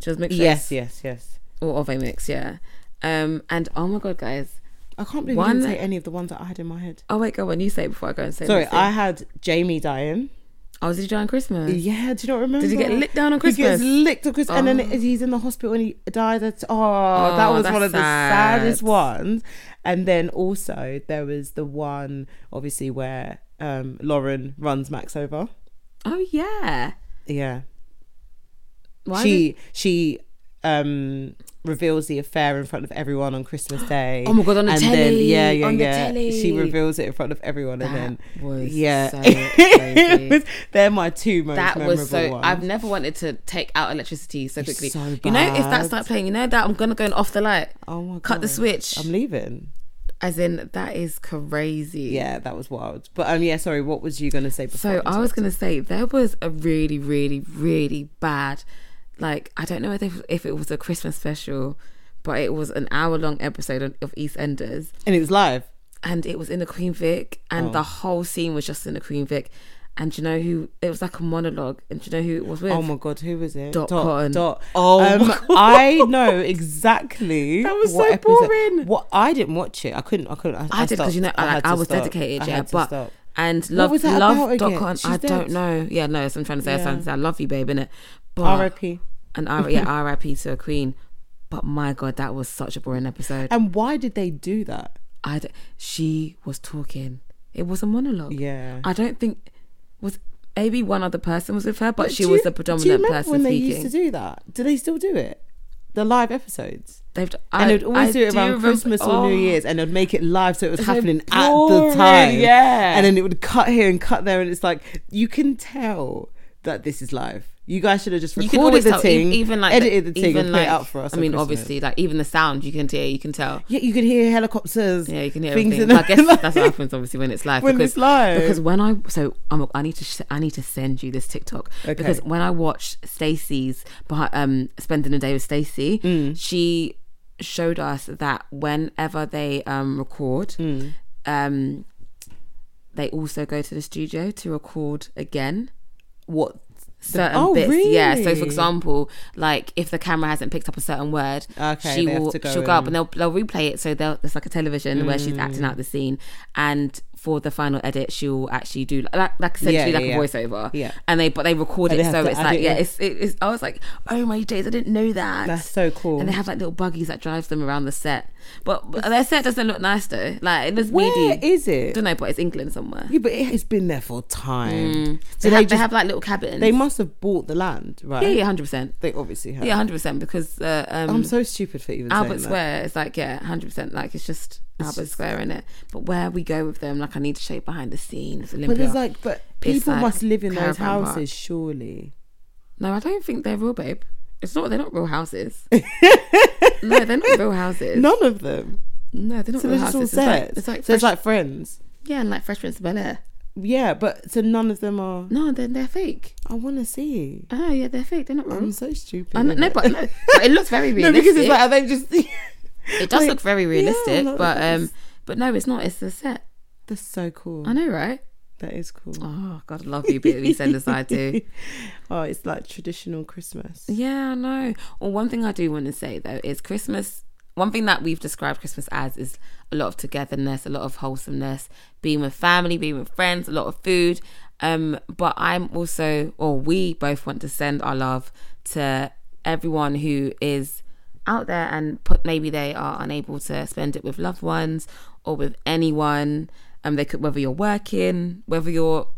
Speaker 1: she was mixed race
Speaker 2: Yes, yes, yes.
Speaker 1: or of a mix. Yeah, um, and oh my god, guys.
Speaker 2: I can't believe
Speaker 1: One-
Speaker 2: you didn't say any of the ones that I had in my head.
Speaker 1: Oh wait, go on. You say it before I go and say.
Speaker 2: Sorry,
Speaker 1: mine.
Speaker 2: I had Jamie dying.
Speaker 1: Oh, did you die on Christmas?
Speaker 2: Yeah, do you not remember?
Speaker 1: Did he get licked down on
Speaker 2: He gets
Speaker 1: Christmas?
Speaker 2: licked on Christmas, and then
Speaker 1: Oh.
Speaker 2: he's in the hospital and he died. At, oh, that
Speaker 1: Oh,
Speaker 2: was
Speaker 1: that's
Speaker 2: one of the
Speaker 1: sad.
Speaker 2: saddest ones. And then also there was the one, obviously, where um, Lauren runs Max over.
Speaker 1: Oh yeah.
Speaker 2: Yeah,
Speaker 1: Why
Speaker 2: she she um, reveals the affair in front of everyone on Christmas Day.
Speaker 1: Oh my God, on the
Speaker 2: and Then,
Speaker 1: telly,
Speaker 2: yeah, yeah,
Speaker 1: on the
Speaker 2: yeah. She
Speaker 1: telly.
Speaker 2: reveals it in front of everyone,
Speaker 1: That
Speaker 2: and then
Speaker 1: was
Speaker 2: yeah,
Speaker 1: so
Speaker 2: It
Speaker 1: crazy.
Speaker 2: was- they're my two most
Speaker 1: that
Speaker 2: memorable
Speaker 1: was so.
Speaker 2: ones.
Speaker 1: I've never wanted to take out electricity so
Speaker 2: It's
Speaker 1: quickly.
Speaker 2: so
Speaker 1: You know, if
Speaker 2: bad.
Speaker 1: that's like playing, you know that I'm gonna go and off the light,
Speaker 2: oh my
Speaker 1: cut the
Speaker 2: God.
Speaker 1: switch.
Speaker 2: I'm leaving.
Speaker 1: As in, that is crazy.
Speaker 2: Yeah, that was wild. But um, yeah, sorry. What was you gonna say? Before
Speaker 1: So I was
Speaker 2: interrupted?
Speaker 1: gonna say there was a really, really, really bad, like I don't know if if it was a Christmas special, but it was an hour long episode of- of EastEnders,
Speaker 2: and it was live.
Speaker 1: and it was in the Queen Vic,
Speaker 2: Oh.
Speaker 1: and the whole scene was just in the Queen Vic, and do you know who? It was like a monologue, and do you know who it was with?
Speaker 2: Oh my god, who was it?
Speaker 1: Dot Cotton.
Speaker 2: Dot.
Speaker 1: Oh
Speaker 2: um,
Speaker 1: my
Speaker 2: I know exactly.
Speaker 1: That was
Speaker 2: what
Speaker 1: so
Speaker 2: episode-
Speaker 1: boring.
Speaker 2: What I didn't watch it. I couldn't. I couldn't. I,
Speaker 1: I, did
Speaker 2: stopped.
Speaker 1: because you know, I,
Speaker 2: had
Speaker 1: like,
Speaker 2: to
Speaker 1: I was
Speaker 2: stop.
Speaker 1: dedicated,
Speaker 2: I
Speaker 1: yeah.
Speaker 2: had to
Speaker 1: But
Speaker 2: stop.
Speaker 1: and love,
Speaker 2: was that
Speaker 1: love,
Speaker 2: about again?
Speaker 1: dot con.
Speaker 2: She's
Speaker 1: I
Speaker 2: dead.
Speaker 1: don't know. Yeah, no. So I'm trying to say,
Speaker 2: Yeah.
Speaker 1: I sound- I love you, babe, innit? But
Speaker 2: R.I.P.
Speaker 1: and R- yeah, R.I.P. to a queen. But my god, that was such a boring episode.
Speaker 2: And why did they do that?
Speaker 1: I d- she was talking. It was a monologue.
Speaker 2: Yeah.
Speaker 1: I don't think was maybe one other person was with her, but she
Speaker 2: Do
Speaker 1: was
Speaker 2: you-
Speaker 1: the
Speaker 2: Do you
Speaker 1: predominant
Speaker 2: remember
Speaker 1: person
Speaker 2: when they
Speaker 1: speaking.
Speaker 2: used to do that? Do they still do it? The live episodes.
Speaker 1: They've d-
Speaker 2: and they'd always
Speaker 1: I
Speaker 2: do it around
Speaker 1: remember-
Speaker 2: Christmas or New
Speaker 1: Oh.
Speaker 2: Year's, and they'd make it live, so it was
Speaker 1: so
Speaker 2: happening at
Speaker 1: boring,
Speaker 2: the time.
Speaker 1: yeah.
Speaker 2: and then it would cut here and cut there, and it's like you can tell that this is live. You guys should have just
Speaker 1: You can
Speaker 2: recorded
Speaker 1: always
Speaker 2: the
Speaker 1: tell, e-
Speaker 2: thing,
Speaker 1: even like
Speaker 2: edited the thing,
Speaker 1: even
Speaker 2: and
Speaker 1: like,
Speaker 2: put it up for us.
Speaker 1: I
Speaker 2: at
Speaker 1: mean,
Speaker 2: Christmas.
Speaker 1: obviously, like even the sound you can hear, you can tell.
Speaker 2: yeah, you could hear helicopters.
Speaker 1: Yeah, you can hear
Speaker 2: things
Speaker 1: everything.
Speaker 2: in
Speaker 1: But I guess
Speaker 2: the-
Speaker 1: that's what happens obviously when it's live.
Speaker 2: when
Speaker 1: because,
Speaker 2: it's live.
Speaker 1: Because when I so I'm, I need to sh- I need to send you this TikTok because when I watched Stacey's behi- um spending the day with Stacey,
Speaker 2: Mm.
Speaker 1: she showed us that whenever they um record,
Speaker 2: Mm.
Speaker 1: um they also go to the studio to record again
Speaker 2: what?
Speaker 1: certain
Speaker 2: Oh,
Speaker 1: bits. Yeah. So
Speaker 2: really?
Speaker 1: for example, like if the camera hasn't picked up a certain word,
Speaker 2: Okay,
Speaker 1: she
Speaker 2: they have
Speaker 1: will
Speaker 2: to go
Speaker 1: she'll go up
Speaker 2: in.
Speaker 1: and they'll they'll replay it. So they'll there's like a television where she's acting out the
Speaker 2: Mm.
Speaker 1: scene and for the final edit she'll actually do like, like essentially
Speaker 2: Yeah,
Speaker 1: like
Speaker 2: yeah,
Speaker 1: a
Speaker 2: yeah.
Speaker 1: voiceover.
Speaker 2: Yeah.
Speaker 1: And they but they record
Speaker 2: And
Speaker 1: it
Speaker 2: they have
Speaker 1: so
Speaker 2: to
Speaker 1: it's
Speaker 2: add
Speaker 1: like
Speaker 2: it
Speaker 1: yeah,
Speaker 2: in.
Speaker 1: it's it is I was like, Oh my days, I didn't know that.
Speaker 2: That's so cool.
Speaker 1: And they have like little buggies that drives them around the set. But, but their set doesn't look nice though. Like it looks
Speaker 2: Where
Speaker 1: needy.
Speaker 2: is
Speaker 1: I
Speaker 2: it?
Speaker 1: don't know, but it's England somewhere.
Speaker 2: Yeah, but it has been there for time.
Speaker 1: So Mm. they,
Speaker 2: So they,
Speaker 1: have, they
Speaker 2: just
Speaker 1: have like little cabins.
Speaker 2: they must have bought the land, right?
Speaker 1: yeah, yeah, hundred percent.
Speaker 2: They obviously have.
Speaker 1: Yeah, hundred percent. Because uh, um,
Speaker 2: I'm so stupid for even
Speaker 1: Albert
Speaker 2: saying that.
Speaker 1: Square is like yeah, hundred percent. Like it's just Albert Square in it. But where we go with them, like I need to show you behind the scenes. Olympia.
Speaker 2: But there's like, but
Speaker 1: It's
Speaker 2: people
Speaker 1: like
Speaker 2: must live in those
Speaker 1: caravan park.
Speaker 2: houses, surely.
Speaker 1: no, I don't think they're real, babe. It's not. They're not real houses. no, they're not real houses. No,
Speaker 2: None of them.
Speaker 1: they're not
Speaker 2: So
Speaker 1: real
Speaker 2: they're just all
Speaker 1: houses. It's like,
Speaker 2: sets.
Speaker 1: it's like
Speaker 2: so
Speaker 1: Fresh-
Speaker 2: it's like friends.
Speaker 1: yeah, and like Fresh Prince of Bel Air.
Speaker 2: Yeah, but so none of them are.
Speaker 1: No, they're they're fake.
Speaker 2: I want to see.
Speaker 1: Oh yeah, they're fake. They're not real.
Speaker 2: I'm so stupid.
Speaker 1: I know- no,
Speaker 2: innit?
Speaker 1: but no, but it looks very
Speaker 2: no,
Speaker 1: realistic.
Speaker 2: because it's like are they just.
Speaker 1: it does
Speaker 2: like,
Speaker 1: look very realistic,
Speaker 2: like,
Speaker 1: but
Speaker 2: that's-
Speaker 1: um, but no, it's not. It's the set.
Speaker 2: That's so cool.
Speaker 1: I know, right?
Speaker 2: That is cool.
Speaker 1: Oh God, I love you, bit we send aside too.
Speaker 2: Oh, it's like traditional Christmas.
Speaker 1: Yeah, I know. Well, one thing I do want to say though is Christmas. One thing that we've described Christmas as is a lot of togetherness, a lot of wholesomeness, being with family, being with friends, a lot of food. Um, but I'm also, or we both want to send our love to everyone who is out there and put maybe they are unable to spend it with loved ones or with anyone. Um, they could whether you're working, whether you're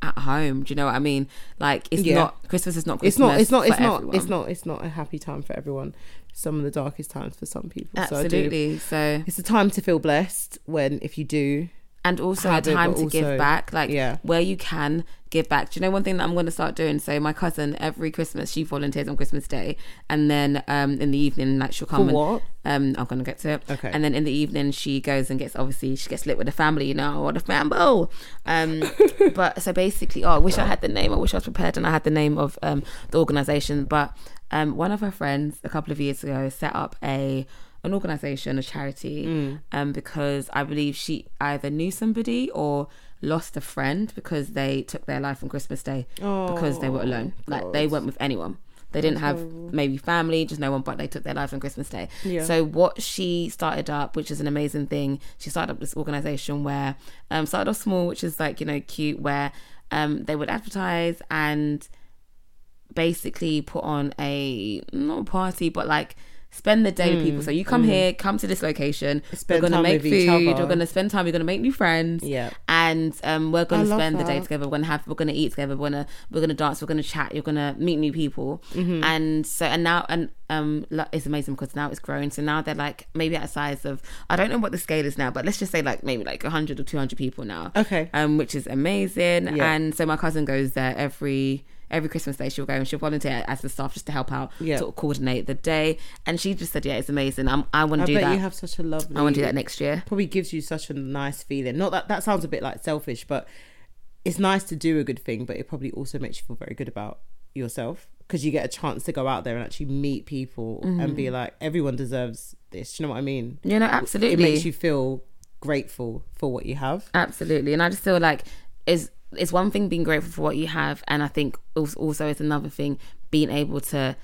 Speaker 1: at home. Do you know what I mean? Like it's
Speaker 2: Yeah.
Speaker 1: not Christmas is not
Speaker 2: It's not. It's not.
Speaker 1: for
Speaker 2: It's not.
Speaker 1: everyone.
Speaker 2: It's not. It's not a happy time for everyone. Some of the darkest times for some people. So I do
Speaker 1: Absolutely. So,
Speaker 2: It's a time to feel blessed when, if you do
Speaker 1: and also a
Speaker 2: Habit,
Speaker 1: time
Speaker 2: but
Speaker 1: to give
Speaker 2: also-
Speaker 1: back like
Speaker 2: yeah.
Speaker 1: where you can give back do you know one thing that i'm going to start doing so my cousin every christmas she volunteers on christmas day and then um in the evening like she'll come
Speaker 2: For
Speaker 1: and
Speaker 2: what?
Speaker 1: um i'm gonna get to it
Speaker 2: Okay.
Speaker 1: and then in the evening she goes and gets obviously she gets lit with the family you know or the fambo um but so basically oh i wish i had the name i wish i was prepared and i had the name of um the organization but um one of her friends a couple of years ago set up a an organization a charity um because i believe she either knew somebody or lost a friend because they took their life on christmas day because they
Speaker 2: Oh,
Speaker 1: were alone like they weren't with anyone they didn't have maybe family, just no one, but they took their life on Christmas Day.
Speaker 2: Yeah.
Speaker 1: So what she started up, which is an amazing thing, she started up this organization where um started off small, which is like, you know, cute, where um they would advertise and basically put on a not a party, but like spend the day with people. So you come here, come to this location,
Speaker 2: Hmm. Spend
Speaker 1: we're
Speaker 2: time
Speaker 1: gonna make
Speaker 2: with each
Speaker 1: food,
Speaker 2: other.
Speaker 1: we're gonna spend time, we're gonna make new friends
Speaker 2: Yeah.
Speaker 1: and um, we're
Speaker 2: I
Speaker 1: gonna
Speaker 2: love
Speaker 1: spend the day
Speaker 2: that.
Speaker 1: together. We're gonna have, we're gonna eat together. We're gonna, we're gonna dance. We're gonna chat. You're gonna meet new people,
Speaker 2: Mm-hmm.
Speaker 1: and so and now and um, lo- it's amazing because now it's grown. So now they're like maybe at a size of I don't know what the scale is now, but let's just say like maybe like 100 or 200 people now.
Speaker 2: Okay.
Speaker 1: um, which is amazing.
Speaker 2: Yeah.
Speaker 1: And so my cousin goes there every. Every Christmas day, she'll go and she'll volunteer as the staff just to help out,
Speaker 2: Yeah.
Speaker 1: sort of coordinate the day. And she just said, "Yeah, it's amazing. I'm, I want
Speaker 2: I
Speaker 1: to do
Speaker 2: bet
Speaker 1: that.
Speaker 2: you have such a lovely.
Speaker 1: I want to do that next year."
Speaker 2: Probably gives you such a nice feeling. Not that that sounds a bit like selfish, but it's nice to do a good thing. But it probably also makes you feel very good about yourself because you get a chance to go out there and actually meet people and
Speaker 1: Mm-hmm.
Speaker 2: be like, everyone deserves this. Do you know what I mean?
Speaker 1: You know,
Speaker 2: It
Speaker 1: absolutely.
Speaker 2: makes you feel grateful for what you have.
Speaker 1: Absolutely, and I just feel like is it's one thing being grateful for what you have, and I think als- also it's another thing being able to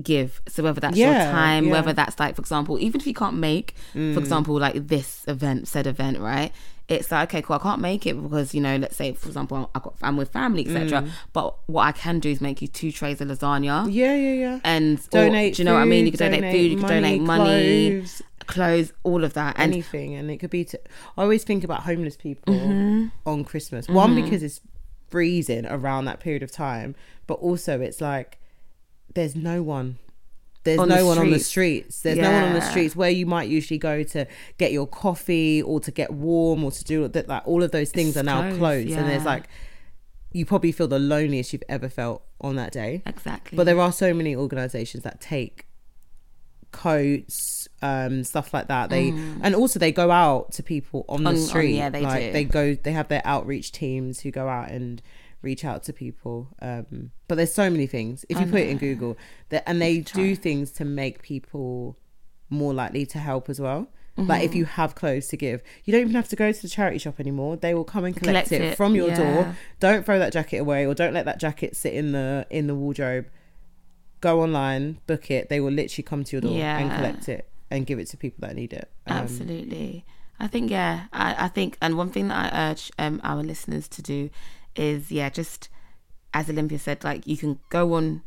Speaker 1: give. So whether that's
Speaker 2: Yeah,
Speaker 1: your time,
Speaker 2: yeah. Mm.
Speaker 1: whether that's like, for example, even if you can't make, for example, like this event, said event, right? It's like okay, cool. I can't make it because you know, let's say for example, I got, I'm with family, etc. But what I can do is make you two trays of lasagna
Speaker 2: Mm. Yeah, yeah, yeah.
Speaker 1: and or-
Speaker 2: Donate
Speaker 1: do you know what I mean? You
Speaker 2: food,
Speaker 1: could donate,
Speaker 2: donate
Speaker 1: food, you could
Speaker 2: money,
Speaker 1: donate money,
Speaker 2: clothes.
Speaker 1: clothes, all of that, and
Speaker 2: anything and it could be to i always think about homeless people
Speaker 1: Mm-hmm.
Speaker 2: on christmas one because it's freezing around that period of time but also it's like there's no one there's
Speaker 1: On
Speaker 2: no
Speaker 1: the
Speaker 2: one on the
Speaker 1: streets.
Speaker 2: streets there's no one on the
Speaker 1: Yeah.
Speaker 2: streets where you might usually go to get your coffee or to get warm or to do that like all of those things
Speaker 1: It's
Speaker 2: are now
Speaker 1: closed,
Speaker 2: closed and there's
Speaker 1: yeah.
Speaker 2: like you probably feel the loneliest you've ever felt on that day
Speaker 1: exactly.
Speaker 2: but there are so many organizations that take coats, um, stuff like that. They and also they go out to people on the
Speaker 1: Mm. On- on-
Speaker 2: street.
Speaker 1: yeah, they
Speaker 2: like
Speaker 1: do.
Speaker 2: they go they have their outreach teams who go out and reach out to people. Um, but there's so many things. If you put it in Google that and they do things to make people more likely to help as well. Like
Speaker 1: Mm-hmm.
Speaker 2: if you have clothes to give, you don't even have to go to the charity shop anymore. They will come and collect,
Speaker 1: Collect
Speaker 2: it,
Speaker 1: it,
Speaker 2: from your
Speaker 1: yeah.
Speaker 2: door. Don't throw that jacket away, or don't let that jacket sit in the in the wardrobe go online, book it. They will literally come to your door and
Speaker 1: Yeah.
Speaker 2: collect it and give it to people that need it. Um,
Speaker 1: Absolutely. I think yeah. I, I think and one thing that I urge um our listeners to do is yeah, just as Olympia said, like you can go on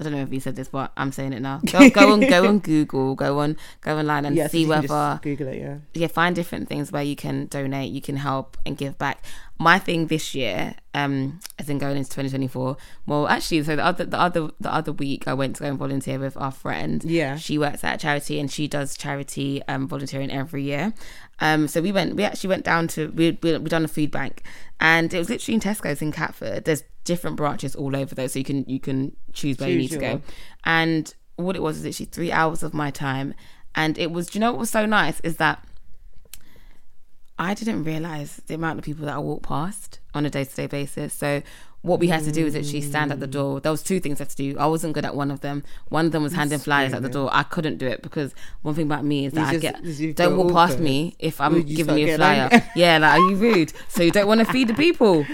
Speaker 1: I don't know if you said this, but I'm saying it now. Go go on go on Google, go on go online and
Speaker 2: yeah, so
Speaker 1: see
Speaker 2: you can
Speaker 1: whether
Speaker 2: just Google it. Yeah,
Speaker 1: yeah, find different things where you can donate, you can help and give back. My thing this year, um, as in going into 2024, well, actually, so the other the other the other week, I went to go and volunteer with our friend.
Speaker 2: Yeah.
Speaker 1: she works at a charity and she does charity um volunteering every year. Um, so we went, we actually went down to we we, we done a food bank, and it was literally in Tesco's in Catford. There's different branches all over though, so you can you can choose where you need
Speaker 2: Choose
Speaker 1: to
Speaker 2: your-
Speaker 1: go. And what it was is literally three hours of my time, and it was. Do you know what was so nice is that. I didn't realize the amount of people that I walked past on a day to day basis. So what we had to do was actually stand at the door. There was two things I had to do. I wasn't good at one of them. One of them was handing flyers at the door. I couldn't do it because one thing about me is that
Speaker 2: just-
Speaker 1: I get
Speaker 2: you
Speaker 1: don't
Speaker 2: feel
Speaker 1: walk past
Speaker 2: awkward.
Speaker 1: me if
Speaker 2: Or
Speaker 1: I'm
Speaker 2: you
Speaker 1: giving
Speaker 2: start
Speaker 1: you a
Speaker 2: getting
Speaker 1: flyer.
Speaker 2: angry.
Speaker 1: yeah, like are you rude? So you don't want to feed the people.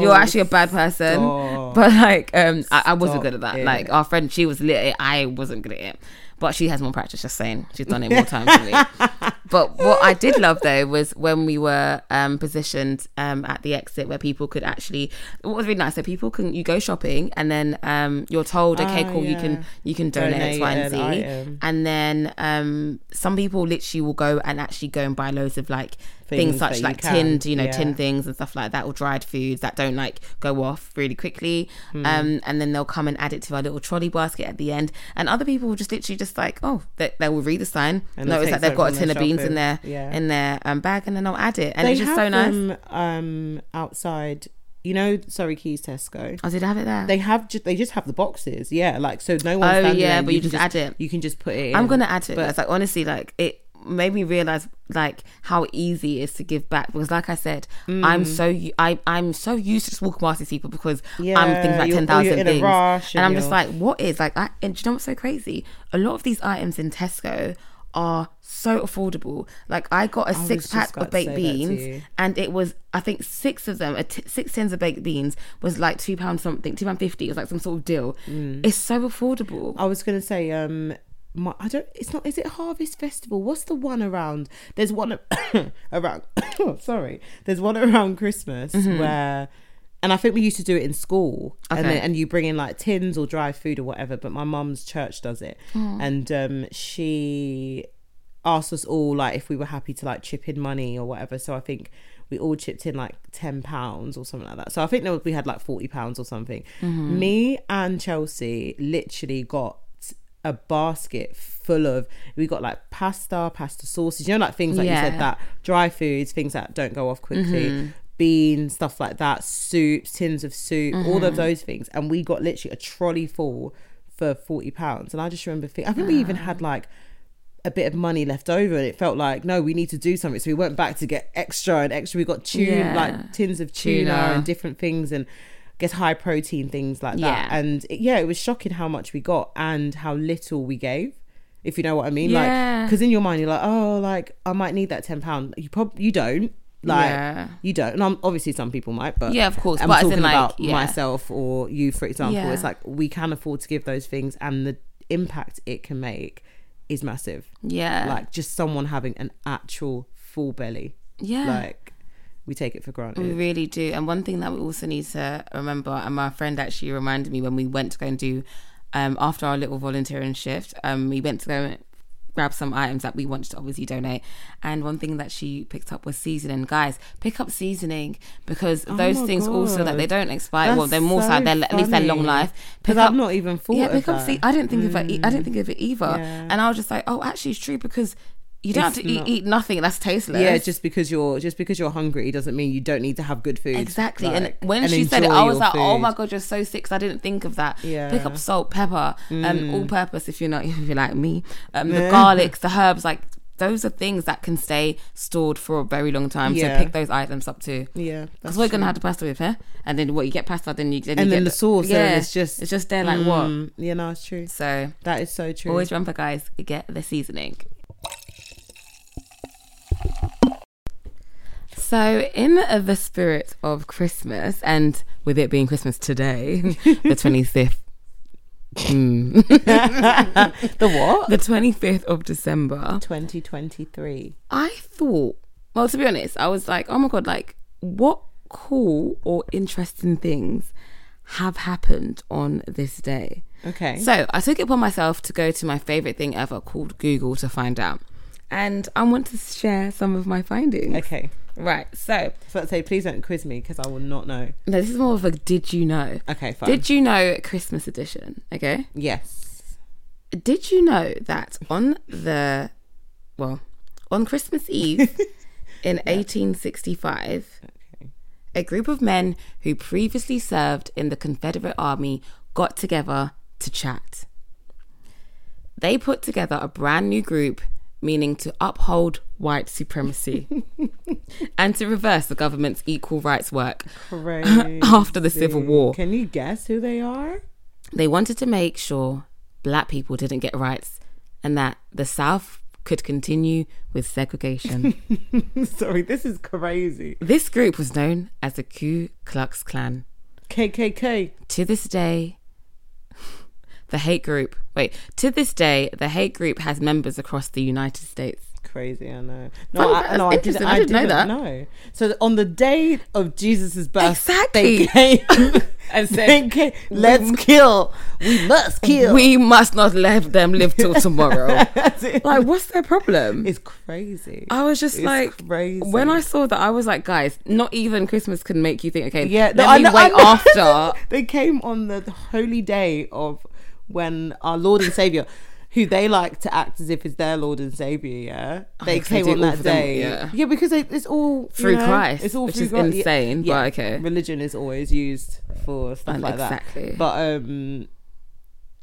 Speaker 1: You're actually a bad person.
Speaker 2: Oh, stop.
Speaker 1: But like um I, I wasn't
Speaker 2: Stop
Speaker 1: good at that.
Speaker 2: it.
Speaker 1: Like our friend, she was lit at it. I wasn't good at it. But she has more practice, just saying. She's done it more times than me. But what I did love though was when we were um, positioned um, at the exit where people could actually what was really nice so people can you go shopping and then um, you're told okay
Speaker 2: Ah,
Speaker 1: cool you
Speaker 2: yeah.
Speaker 1: can you can donate, X
Speaker 2: Donate
Speaker 1: Y and
Speaker 2: an
Speaker 1: Z
Speaker 2: item.
Speaker 1: and then um, some people literally will go and actually go and buy loads of like things
Speaker 2: things
Speaker 1: such
Speaker 2: that you
Speaker 1: like
Speaker 2: can.
Speaker 1: tinned, you know,
Speaker 2: Yeah.
Speaker 1: tinned things and stuff like that, or dried foods that don't like go off really quickly.
Speaker 2: Hmm.
Speaker 1: Um, and then they'll come and add it to our little trolley basket at the end. And other people will just literally just like, oh, they, they will read the sign,
Speaker 2: And they'll
Speaker 1: notice that
Speaker 2: take
Speaker 1: they've
Speaker 2: something
Speaker 1: got a
Speaker 2: from
Speaker 1: tin
Speaker 2: their
Speaker 1: of beans
Speaker 2: shopping.
Speaker 1: in their
Speaker 2: Yeah.
Speaker 1: in their um, bag, and then they'll add it, and
Speaker 2: They
Speaker 1: it's just
Speaker 2: have
Speaker 1: so nice.
Speaker 2: them um, outside. You know, sorry, Keys Tesco.
Speaker 1: Oh, did I have it there?
Speaker 2: They have just they just have the boxes, yeah. Like so, no one's
Speaker 1: Oh,
Speaker 2: standing
Speaker 1: yeah,
Speaker 2: there,
Speaker 1: but you
Speaker 2: can
Speaker 1: just add it.
Speaker 2: You can just put it. in.
Speaker 1: I'm gonna add to it.
Speaker 2: but-
Speaker 1: But it's like honestly, like it made me realize like how easy it is to give back because, like I said,
Speaker 2: Mm.
Speaker 1: I'm so u- I I'm so used to just walking past these people because I'm
Speaker 2: Yeah,
Speaker 1: thinking about
Speaker 2: you're- or
Speaker 1: ten thousand
Speaker 2: you're in
Speaker 1: things,
Speaker 2: a rush
Speaker 1: and
Speaker 2: and
Speaker 1: I'm just
Speaker 2: you're-
Speaker 1: like, what is like? I, and do you know what's so crazy? A lot of these items in Tesco are so affordable. Like I got a six
Speaker 2: just
Speaker 1: pack
Speaker 2: about
Speaker 1: of
Speaker 2: to
Speaker 1: baked
Speaker 2: say that to
Speaker 1: beans,
Speaker 2: you.
Speaker 1: and it was I think six of them, a t- six tins of baked beans was like two pounds something, two pound fifty. It was like some sort of deal.
Speaker 2: Mm.
Speaker 1: It's so affordable.
Speaker 2: I was gonna say, um, my, I don't. It's not. Is it Harvest Festival? What's the one around? There's one a- around. sorry, there's one around Christmas where, and I think we used to do it in school, and
Speaker 1: Okay.
Speaker 2: then, and you bring in like tins or dry food or whatever. But my mum's church does it, and um, she asked us all like if we were happy to like chip in money or whatever. So I think we all chipped in like ten pounds or something like that. So I think there was, we had like forty pounds or something. Me and Chelsea literally got a basket full of we got like pasta, pasta sausage, you know, like things like you
Speaker 1: Yeah.
Speaker 2: said that dry foods, things that don't go off quickly. Beans, stuff like that, soups, tins of soup, all of those things, and we got literally a trolley full for forty pounds. And I just remember, think- I think we even had like a bit of money left over and it felt like no we need to do something so we went back to get extra and extra we got tuna
Speaker 1: Yeah.
Speaker 2: like tins of tuna,
Speaker 1: Tuna.
Speaker 2: and different things and I guess high protein things like that
Speaker 1: Yeah.
Speaker 2: and it, yeah it was shocking how much we got and how little we gave if you know what i mean
Speaker 1: Yeah.
Speaker 2: like because in your mind you're like oh like i might need that 10 pound you probably you don't like
Speaker 1: Yeah.
Speaker 2: you don't and I'm, obviously some people might but
Speaker 1: Yeah, of course,
Speaker 2: i'm
Speaker 1: but as in,
Speaker 2: Uh, talking
Speaker 1: like,
Speaker 2: about
Speaker 1: yeah.
Speaker 2: myself or you for example
Speaker 1: Yeah.
Speaker 2: it's like we can afford to give those things and the impact it can make is massive
Speaker 1: Yeah.
Speaker 2: like just someone having an actual full belly.
Speaker 1: Yeah. Mm.
Speaker 2: Like we take it for
Speaker 1: We
Speaker 2: granted.
Speaker 1: really do. And one thing that we also need to remember, and my friend actually reminded me when we went to go and do, um, after our little volunteering shift, um, we went to go and grab some items that we wanted to obviously donate. And one thing that she picked up was seasoning. Guys, pick up seasoning because those
Speaker 2: Oh my
Speaker 1: things also that
Speaker 2: God.
Speaker 1: they don't expire. well,
Speaker 2: That's
Speaker 1: they're more so
Speaker 2: so
Speaker 1: they're at least they're long
Speaker 2: funny.
Speaker 1: life.
Speaker 2: Because
Speaker 1: Pick
Speaker 2: I've
Speaker 1: up
Speaker 2: not even thought
Speaker 1: yeah,
Speaker 2: of
Speaker 1: pick up
Speaker 2: that.
Speaker 1: sea- I didn't think of it. I didn't think of it either.
Speaker 2: Yeah.
Speaker 1: And I was just like, oh, actually, it's true because you don't
Speaker 2: It's
Speaker 1: have to eat,
Speaker 2: not-
Speaker 1: eat nothing. That's tasteless.
Speaker 2: Yeah, just because you're just because you're hungry doesn't mean you don't need to have good food.
Speaker 1: Exactly.
Speaker 2: Like,
Speaker 1: and when she said it,
Speaker 2: enjoy
Speaker 1: I was
Speaker 2: your
Speaker 1: like, oh
Speaker 2: food.
Speaker 1: my God, you're so sick. 'cause I didn't think of that. Pick
Speaker 2: Yeah. Mm.
Speaker 1: up salt, pepper, um, all purpose if you're not, if you're like me. Um, the garlics, the herbs, like those are things that can stay stored for a very long time.
Speaker 2: Yeah.
Speaker 1: So pick those items up too.
Speaker 2: Yeah.
Speaker 1: Because
Speaker 2: that's
Speaker 1: we're gonna have the pasta with her, and then what you get pasta, then you then
Speaker 2: And
Speaker 1: you
Speaker 2: then
Speaker 1: get
Speaker 2: the sauce, and
Speaker 1: Yeah,
Speaker 2: it's just-
Speaker 1: it's just there, like
Speaker 2: true.
Speaker 1: what?
Speaker 2: Mm, yeah, no, it's true.
Speaker 1: So
Speaker 2: That is so true.
Speaker 1: always remember, guys, get the seasoning. So, in the spirit of Christmas, and with it being Christmas today, the 25th, Hmm.
Speaker 2: the what?
Speaker 1: the 25th of December,
Speaker 2: Twenty twenty three.
Speaker 1: I thought, well, to be honest, I was like, oh my God, like, what cool or interesting things have happened on this day?
Speaker 2: Okay.
Speaker 1: So I took it upon myself to go to my favorite thing ever called Google to find out. And I want to share some of my findings.
Speaker 2: okay.
Speaker 1: Right. So
Speaker 2: So I'd say please don't quiz me because I will not know.
Speaker 1: no, this is more of a did you know?
Speaker 2: Okay, fine.
Speaker 1: Did you know Christmas edition? Okay.
Speaker 2: yes.
Speaker 1: Did you know that on the well, on Christmas Eve in 1865,
Speaker 2: Okay.
Speaker 1: a group of men who previously served in the Confederate Army got together to chat. They put together a brand new group meaning to uphold white supremacy and to reverse the government's equal rights work
Speaker 2: Crazy.
Speaker 1: after the Civil War.
Speaker 2: Can you guess who they are?
Speaker 1: They wanted to make sure black people didn't get rights and that the South could continue with segregation.
Speaker 2: Sorry, this is crazy.
Speaker 1: this group was known as the Ku Klux Klan.
Speaker 2: KKK.
Speaker 1: To this day, the hate group, wait, to this day, the hate group has members across the United States.
Speaker 2: Crazy, I
Speaker 1: Fun
Speaker 2: know. No, I,
Speaker 1: fact,
Speaker 2: no,
Speaker 1: that's
Speaker 2: I didn't.
Speaker 1: interesting. I didn't know that.
Speaker 2: No. So on the day of Jesus's birth,
Speaker 1: Exactly.
Speaker 2: they came
Speaker 1: And said,
Speaker 2: they came, "Let's kill. We must kill."
Speaker 1: We must not let them live till tomorrow.
Speaker 2: That's it.
Speaker 1: like, what's their problem?
Speaker 2: it's crazy.
Speaker 1: I was just
Speaker 2: It's
Speaker 1: like,
Speaker 2: crazy.
Speaker 1: when I saw that, I was like, guys, not even Christmas can make you think, okay,
Speaker 2: yeah,
Speaker 1: let
Speaker 2: no,
Speaker 1: me
Speaker 2: know-
Speaker 1: wait
Speaker 2: know.
Speaker 1: after.
Speaker 2: they came on the holy day of when our Lord and Savior, who they like to act as if is their Lord and Savior, yeah, they
Speaker 1: because Oh, they
Speaker 2: came
Speaker 1: do
Speaker 2: on
Speaker 1: all
Speaker 2: that
Speaker 1: for them,
Speaker 2: day,
Speaker 1: yeah.
Speaker 2: because they, it's all you
Speaker 1: Through
Speaker 2: know,
Speaker 1: Christ,
Speaker 2: it's all
Speaker 1: which
Speaker 2: through
Speaker 1: is
Speaker 2: Christ. Yeah,
Speaker 1: insane, but okay.
Speaker 2: religion is always used for stuff
Speaker 1: And
Speaker 2: like
Speaker 1: exactly.
Speaker 2: that, but um,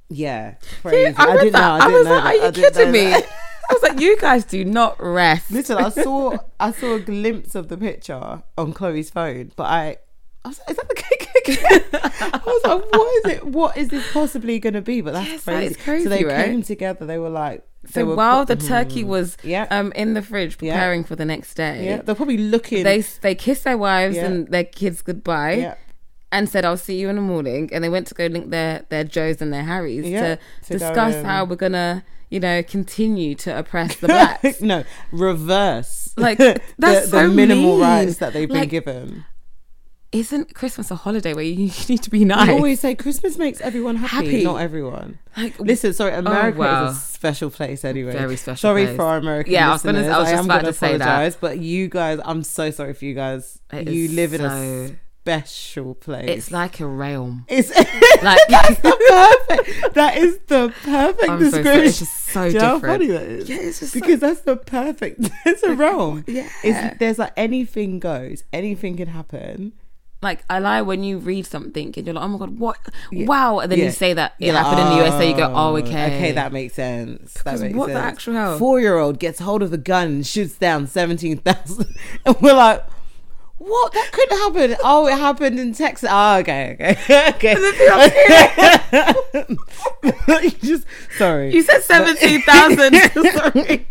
Speaker 2: yeah,
Speaker 1: Yeah,
Speaker 2: crazy.
Speaker 1: I, read
Speaker 2: didn't
Speaker 1: that.
Speaker 2: know. I,
Speaker 1: I,
Speaker 2: didn't
Speaker 1: was
Speaker 2: know
Speaker 1: like,
Speaker 2: that.
Speaker 1: are you
Speaker 2: I didn't know
Speaker 1: kidding me?
Speaker 2: that.
Speaker 1: I was like, you guys do not rest.
Speaker 2: Listen, I saw I saw a glimpse of the picture on Chloe's phone, but I I was like, is that the KKK? I was like, what is it? What is this possibly going to be? But that's
Speaker 1: Yes, that
Speaker 2: crazy.
Speaker 1: is crazy,
Speaker 2: So they
Speaker 1: right?
Speaker 2: came together. They were like, they
Speaker 1: so
Speaker 2: were
Speaker 1: while
Speaker 2: pro-
Speaker 1: the turkey was
Speaker 2: Yeah.
Speaker 1: um in the fridge
Speaker 2: Yeah.
Speaker 1: preparing for the next day,
Speaker 2: yeah, they're probably looking.
Speaker 1: they they kissed their wives
Speaker 2: Yeah.
Speaker 1: and their kids goodbye
Speaker 2: yeah,
Speaker 1: and said, "I'll see you in the morning." And they went to go link their their Joes and their Harrys
Speaker 2: Yeah,
Speaker 1: to,
Speaker 2: to go
Speaker 1: discuss
Speaker 2: and-
Speaker 1: how we're gonna, you know, continue to oppress the blacks.
Speaker 2: no, reverse.
Speaker 1: Like,
Speaker 2: the,
Speaker 1: that's
Speaker 2: the
Speaker 1: so
Speaker 2: minimal
Speaker 1: mean.
Speaker 2: rights that they've been
Speaker 1: Like,
Speaker 2: given.
Speaker 1: Isn't Christmas a holiday where you need to be
Speaker 2: I
Speaker 1: nice?
Speaker 2: always say Christmas makes everyone happy,
Speaker 1: Happy.
Speaker 2: not everyone.
Speaker 1: like,
Speaker 2: Listen, sorry, America
Speaker 1: wow.
Speaker 2: is a special place anyway.
Speaker 1: Oh, Very special
Speaker 2: Sorry
Speaker 1: place.
Speaker 2: for our American
Speaker 1: Yeah, I was
Speaker 2: listeners.
Speaker 1: gonna-
Speaker 2: I,
Speaker 1: I was just
Speaker 2: am
Speaker 1: about
Speaker 2: going to
Speaker 1: to say that.
Speaker 2: apologize, but you guys, I'm so sorry for you guys.
Speaker 1: It
Speaker 2: you
Speaker 1: is
Speaker 2: live in a
Speaker 1: so-
Speaker 2: special place.
Speaker 1: it's like a realm.
Speaker 2: it's
Speaker 1: Like
Speaker 2: perfect. That is the perfect
Speaker 1: I'm so sorry.
Speaker 2: description.
Speaker 1: It's just so
Speaker 2: Do you know how
Speaker 1: different.
Speaker 2: funny that is?
Speaker 1: Yeah, it's just so-
Speaker 2: because that's the perfect. It's a realm.
Speaker 1: yeah.
Speaker 2: It's, there's like anything goes, anything can happen.
Speaker 1: like I lie when you read something and you're like, oh my god, what? Wow! And then
Speaker 2: Yeah.
Speaker 1: you say that it
Speaker 2: You're like,
Speaker 1: happened in the USA. You go, oh okay,
Speaker 2: okay, that makes sense.
Speaker 1: Because
Speaker 2: that makes
Speaker 1: what the
Speaker 2: sense.
Speaker 1: actual hell?
Speaker 2: Four-year-old gets hold of a gun and shoots down seventeen thousand, and we're like, "What? That couldn't happen." oh, it happened in Texas. Oh, okay, okay, okay. you just sorry.
Speaker 1: you said seventeen thousand.
Speaker 2: sorry.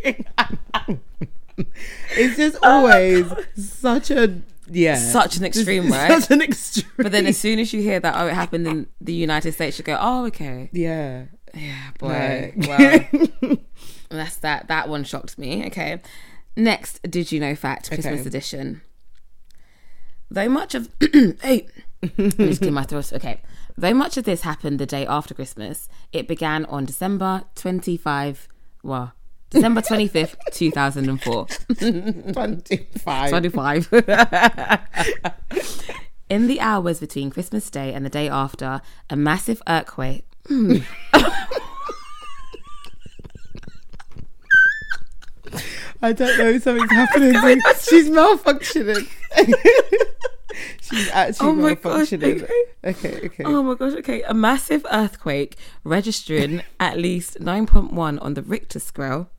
Speaker 2: it's just always such a yeah,
Speaker 1: Oh Such an extreme, right?
Speaker 2: Such an extreme.
Speaker 1: But then as soon as you hear that, oh, it happened in the United States, you go, oh okay,
Speaker 2: yeah,
Speaker 1: yeah, boy.
Speaker 2: Like-
Speaker 1: Well, that's that. That one shocked me. Okay. Next, did you know fact Christmas
Speaker 2: Okay.
Speaker 1: edition? Though much of hey, I'm just clear my throat. Okay, though much of this happened the day after Christmas, it began on December 25. Well, December 25th, 2004.
Speaker 2: twenty-five.
Speaker 1: 25. In the hours between Christmas Day and the day after, a massive earthquake.
Speaker 2: I don't know. Something's happening. She's malfunctioning. She's actually
Speaker 1: Oh my gosh,
Speaker 2: malfunctioning.
Speaker 1: okay.
Speaker 2: okay, okay.
Speaker 1: Oh my gosh, okay. A massive earthquake registering at least 9.1 on the Richter scale.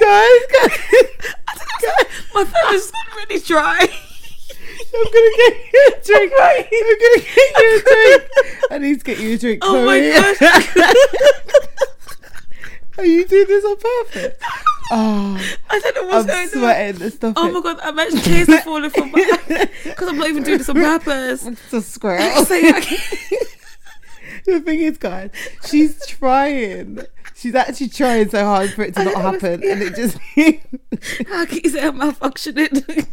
Speaker 2: Guys, guys,
Speaker 1: My throat is really dry.
Speaker 2: I'm gonna get you a drink. I'm gonna get you a drink. I need to get you a drink.
Speaker 1: Oh my
Speaker 2: Chloe.
Speaker 1: gosh.
Speaker 2: Are you doing this on purpose? Oh,
Speaker 1: I don't know what's
Speaker 2: I'm
Speaker 1: going on.
Speaker 2: sweating. Stop
Speaker 1: Oh
Speaker 2: it.
Speaker 1: my god, I imagine tears are falling from my because I'm not even doing this on purpose.
Speaker 2: It's a squirrel.
Speaker 1: So, okay.
Speaker 2: the thing is, guys, she's trying. She's actually trying so hard for it to
Speaker 1: I
Speaker 2: not
Speaker 1: don't
Speaker 2: happen, and it just.
Speaker 1: How can you say I'm malfunctioning?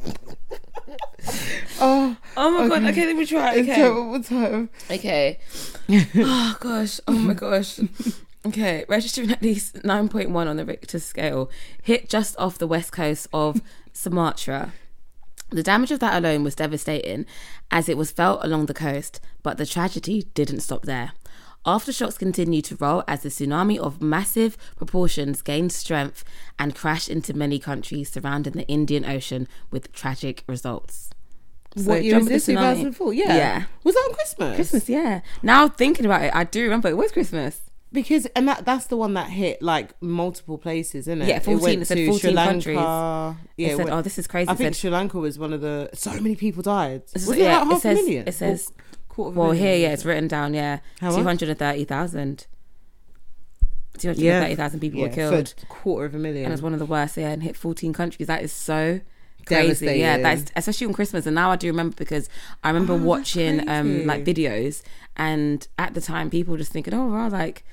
Speaker 2: oh,
Speaker 1: Oh my god,
Speaker 2: Okay.
Speaker 1: okay, let me try.
Speaker 2: it's
Speaker 1: Okay.
Speaker 2: terrible time.
Speaker 1: Okay. Oh gosh. Oh my gosh. Okay, registering at least 9.1 on the Richter scale, hit just off the west coast of Sumatra. The damage of that alone was devastating as it was felt along the coast, but the tragedy didn't stop there. Aftershocks continued to roll as the tsunami of massive proportions gained strength and crashed into many countries surrounding the Indian Ocean with tragic results. So,
Speaker 2: what
Speaker 1: do
Speaker 2: year
Speaker 1: you remember
Speaker 2: is this?
Speaker 1: the tsunami?
Speaker 2: 2004. Yeah.
Speaker 1: Yeah.
Speaker 2: Was that on Christmas?
Speaker 1: Christmas, yeah. Now thinking about it, I do remember it was Christmas.
Speaker 2: Because and that that's the one that hit like multiple places, isn't it?
Speaker 1: Yeah, 14,
Speaker 2: went
Speaker 1: it said
Speaker 2: to
Speaker 1: 14
Speaker 2: Sri Lanka.
Speaker 1: countries.
Speaker 2: Yeah,
Speaker 1: It
Speaker 2: it
Speaker 1: said,
Speaker 2: went-
Speaker 1: "Oh, this is crazy."
Speaker 2: I
Speaker 1: It
Speaker 2: think
Speaker 1: said-
Speaker 2: Sri Lanka was one of the so many people died.
Speaker 1: It's-
Speaker 2: Was it
Speaker 1: yeah,
Speaker 2: like half
Speaker 1: says,
Speaker 2: a million?
Speaker 1: It says,
Speaker 2: Or quarter of a
Speaker 1: well,
Speaker 2: million?
Speaker 1: here, yeah, it's written down, yeah,
Speaker 2: How much?
Speaker 1: two hundred and thirty thousand. Two hundred and thirty thousand people
Speaker 2: yeah,
Speaker 1: were killed,
Speaker 2: so quarter of a million.
Speaker 1: and it's one of the worst. Yeah, and hit fourteen countries. That is so crazy. Yeah,
Speaker 2: Devastating. Oh,
Speaker 1: that's especially on Christmas. And now I do remember because I remember watching um
Speaker 2: crazy.
Speaker 1: like videos, and at the time people just thinking, oh, wow, like.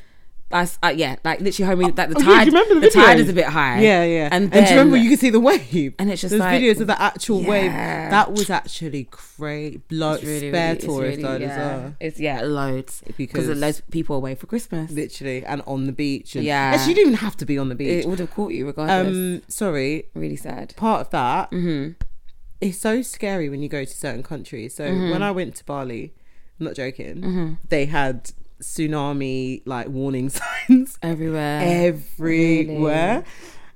Speaker 1: That's, uh, yeah, like literally, homie. Like the
Speaker 2: Oh,
Speaker 1: tide,
Speaker 2: yeah, do you remember the
Speaker 1: the tide
Speaker 2: video?
Speaker 1: is a bit high.
Speaker 2: Yeah, yeah.
Speaker 1: And,
Speaker 2: And, do you remember
Speaker 1: then-
Speaker 2: you could see the wave?
Speaker 1: and it's just
Speaker 2: There's
Speaker 1: like-
Speaker 2: videos of the actual wave.
Speaker 1: Yeah.
Speaker 2: That was actually great. Blood
Speaker 1: It's really,
Speaker 2: spare
Speaker 1: really- it's
Speaker 2: tourist
Speaker 1: really-
Speaker 2: died as
Speaker 1: yeah.
Speaker 2: well.
Speaker 1: It's yeah, loads because
Speaker 2: Because-
Speaker 1: loads of people away for Christmas.
Speaker 2: Literally, and on the beach. And,
Speaker 1: Yeah.
Speaker 2: Actually, you didn't even have to be on the beach.
Speaker 1: It would have caught you regardless.
Speaker 2: um, sorry.
Speaker 1: really sad.
Speaker 2: Part of that,
Speaker 1: Mm-hmm.
Speaker 2: it's so scary when you go to certain countries. So when I went to Bali, I'm not joking, they had tsunami like warning signs
Speaker 1: Everywhere.
Speaker 2: Eh, everywhere. And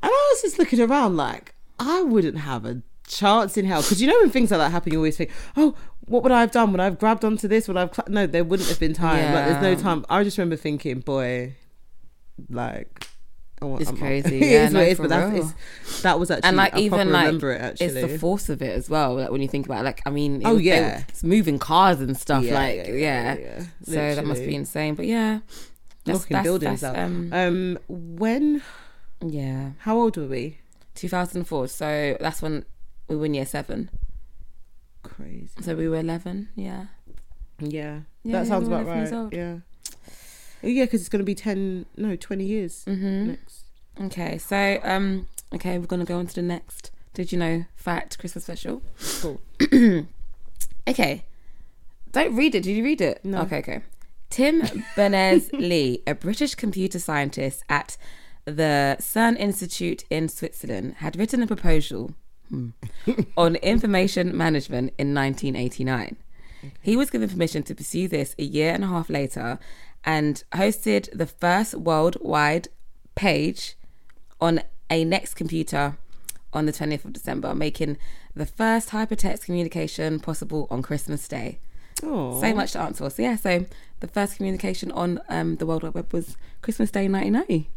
Speaker 2: I was just looking around like, I wouldn't have a chance in hell. Because you know, when things like that happen, you always think, oh, what would I have done? Would I have grabbed onto this? Would I have. Cl-? No, there wouldn't have been time. Like, there's
Speaker 1: Yeah.
Speaker 2: no time. I just remember thinking, boy, like. I want-
Speaker 1: It's
Speaker 2: I'm-
Speaker 1: crazy.
Speaker 2: it
Speaker 1: Yeah,
Speaker 2: is
Speaker 1: no,
Speaker 2: what it is,
Speaker 1: for
Speaker 2: but that's,
Speaker 1: real.
Speaker 2: it's, that was actually.
Speaker 1: and like
Speaker 2: I
Speaker 1: even
Speaker 2: even
Speaker 1: like
Speaker 2: remember it actually.
Speaker 1: it's the force of it as well. Like when you think about it, like I mean, it
Speaker 2: Oh,
Speaker 1: was- they
Speaker 2: yeah.
Speaker 1: were- it's moving cars and stuff.
Speaker 2: Yeah,
Speaker 1: like yeah,
Speaker 2: yeah, yeah, yeah, yeah.
Speaker 1: so that must be
Speaker 2: Literally.
Speaker 1: insane. But yeah,
Speaker 2: knocking buildings
Speaker 1: that's,
Speaker 2: up.
Speaker 1: Um,
Speaker 2: um, when?
Speaker 1: yeah,
Speaker 2: How old were we?
Speaker 1: 2004. So that's when we were in year seven.
Speaker 2: Crazy.
Speaker 1: So we were 11. Yeah,
Speaker 2: Yeah,
Speaker 1: Yeah, yeah,
Speaker 2: that sounds
Speaker 1: we were
Speaker 2: about
Speaker 1: 11 years
Speaker 2: right.
Speaker 1: old.
Speaker 2: Yeah, Oh, yeah, because it's gonna be ten, no, twenty years
Speaker 1: Mhm.
Speaker 2: next.
Speaker 1: Okay, so um, okay, we're gonna go on to the next. Did you know fact Christmas special?
Speaker 2: Cool.
Speaker 1: okay, don't read it. Did you read it?
Speaker 2: No.
Speaker 1: Okay, okay. Tim Berners Lee, a British computer scientist at the CERN Institute in Switzerland, had written a proposal on information management in 1989. He was given permission to pursue this a year and a half later and hosted the first worldwide page on a next computer on the 20th of December, making the first hypertext communication possible on Christmas Day.
Speaker 2: Oh,
Speaker 1: So much to answer. So, yeah, so the first communication on um, the World Wide Web was Christmas Day 1990.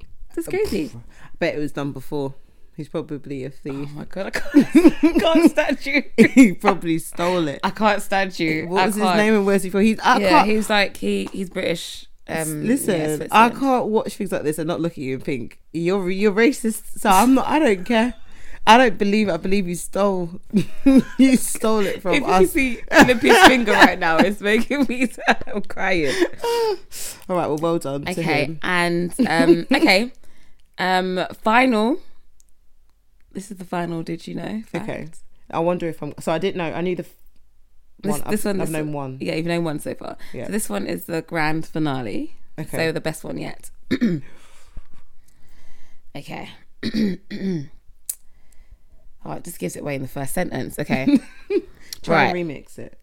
Speaker 2: Um,
Speaker 1: That's crazy.
Speaker 2: bet it was done before. He's probably a thief.
Speaker 1: Oh my God, I can't, can't stand you.
Speaker 2: he probably stole it.
Speaker 1: I can't stand you.
Speaker 2: What
Speaker 1: I
Speaker 2: was his
Speaker 1: can't.
Speaker 2: name and where's he from? He's I
Speaker 1: yeah,
Speaker 2: can't.
Speaker 1: he's like he he's British. Um,
Speaker 2: Listen,
Speaker 1: yeah,
Speaker 2: I
Speaker 1: Switzerland.
Speaker 2: can't watch things like this and not look at you and think you're you're racist. So I'm not. I don't care. I don't believe. it. I believe you stole. you stole it from
Speaker 1: If you can
Speaker 2: us.
Speaker 1: see Olympia's finger right now, it's making me. I'm crying.
Speaker 2: All right. Well, well done. To
Speaker 1: Okay,
Speaker 2: him.
Speaker 1: and um, okay, um, final. This is the final. Did you know? fact.
Speaker 2: Okay. I wonder if I'm. So I didn't know. I knew the. f-
Speaker 1: This-
Speaker 2: one.
Speaker 1: this
Speaker 2: I've,
Speaker 1: one- e,
Speaker 2: I've
Speaker 1: this
Speaker 2: known one.
Speaker 1: Yeah, you've known one so far.
Speaker 2: Yeah.
Speaker 1: So this one is the grand finale.
Speaker 2: Okay.
Speaker 1: So the best one yet. okay. oh, it just gives it away in the first sentence. Okay.
Speaker 2: Try
Speaker 1: Right.
Speaker 2: and remix it.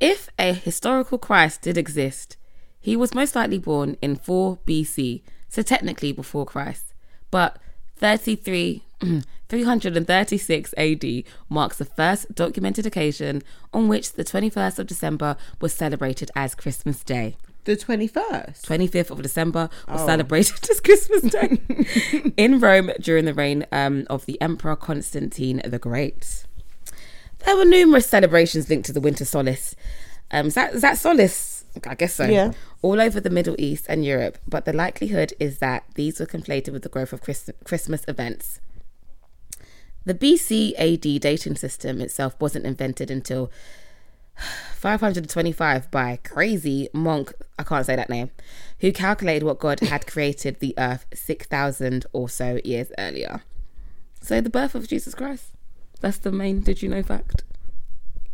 Speaker 1: If a historical Christ did exist, he was most likely born in 4 BC, so technically before Christ. But 33 336 AD marks the first documented occasion on which the 21st of December was celebrated as Christmas Day.
Speaker 2: The twenty first.
Speaker 1: 25th of December was celebrated as Christmas Day in Rome during the reign um, of the Emperor Constantine the Great. There were numerous celebrations linked to the winter solace. Um, is, that, is that solace? I guess so.
Speaker 2: Yeah.
Speaker 1: All over the Middle East and Europe, but the likelihood is that these were conflated with the growth of Christ- Christmas events. The BC AD dating system itself wasn't invented until 525 by crazy monk, I can't say that name, who calculated what God had created the earth 6,000 or so years earlier. So the birth of Jesus Christ. That's the main did you know fact.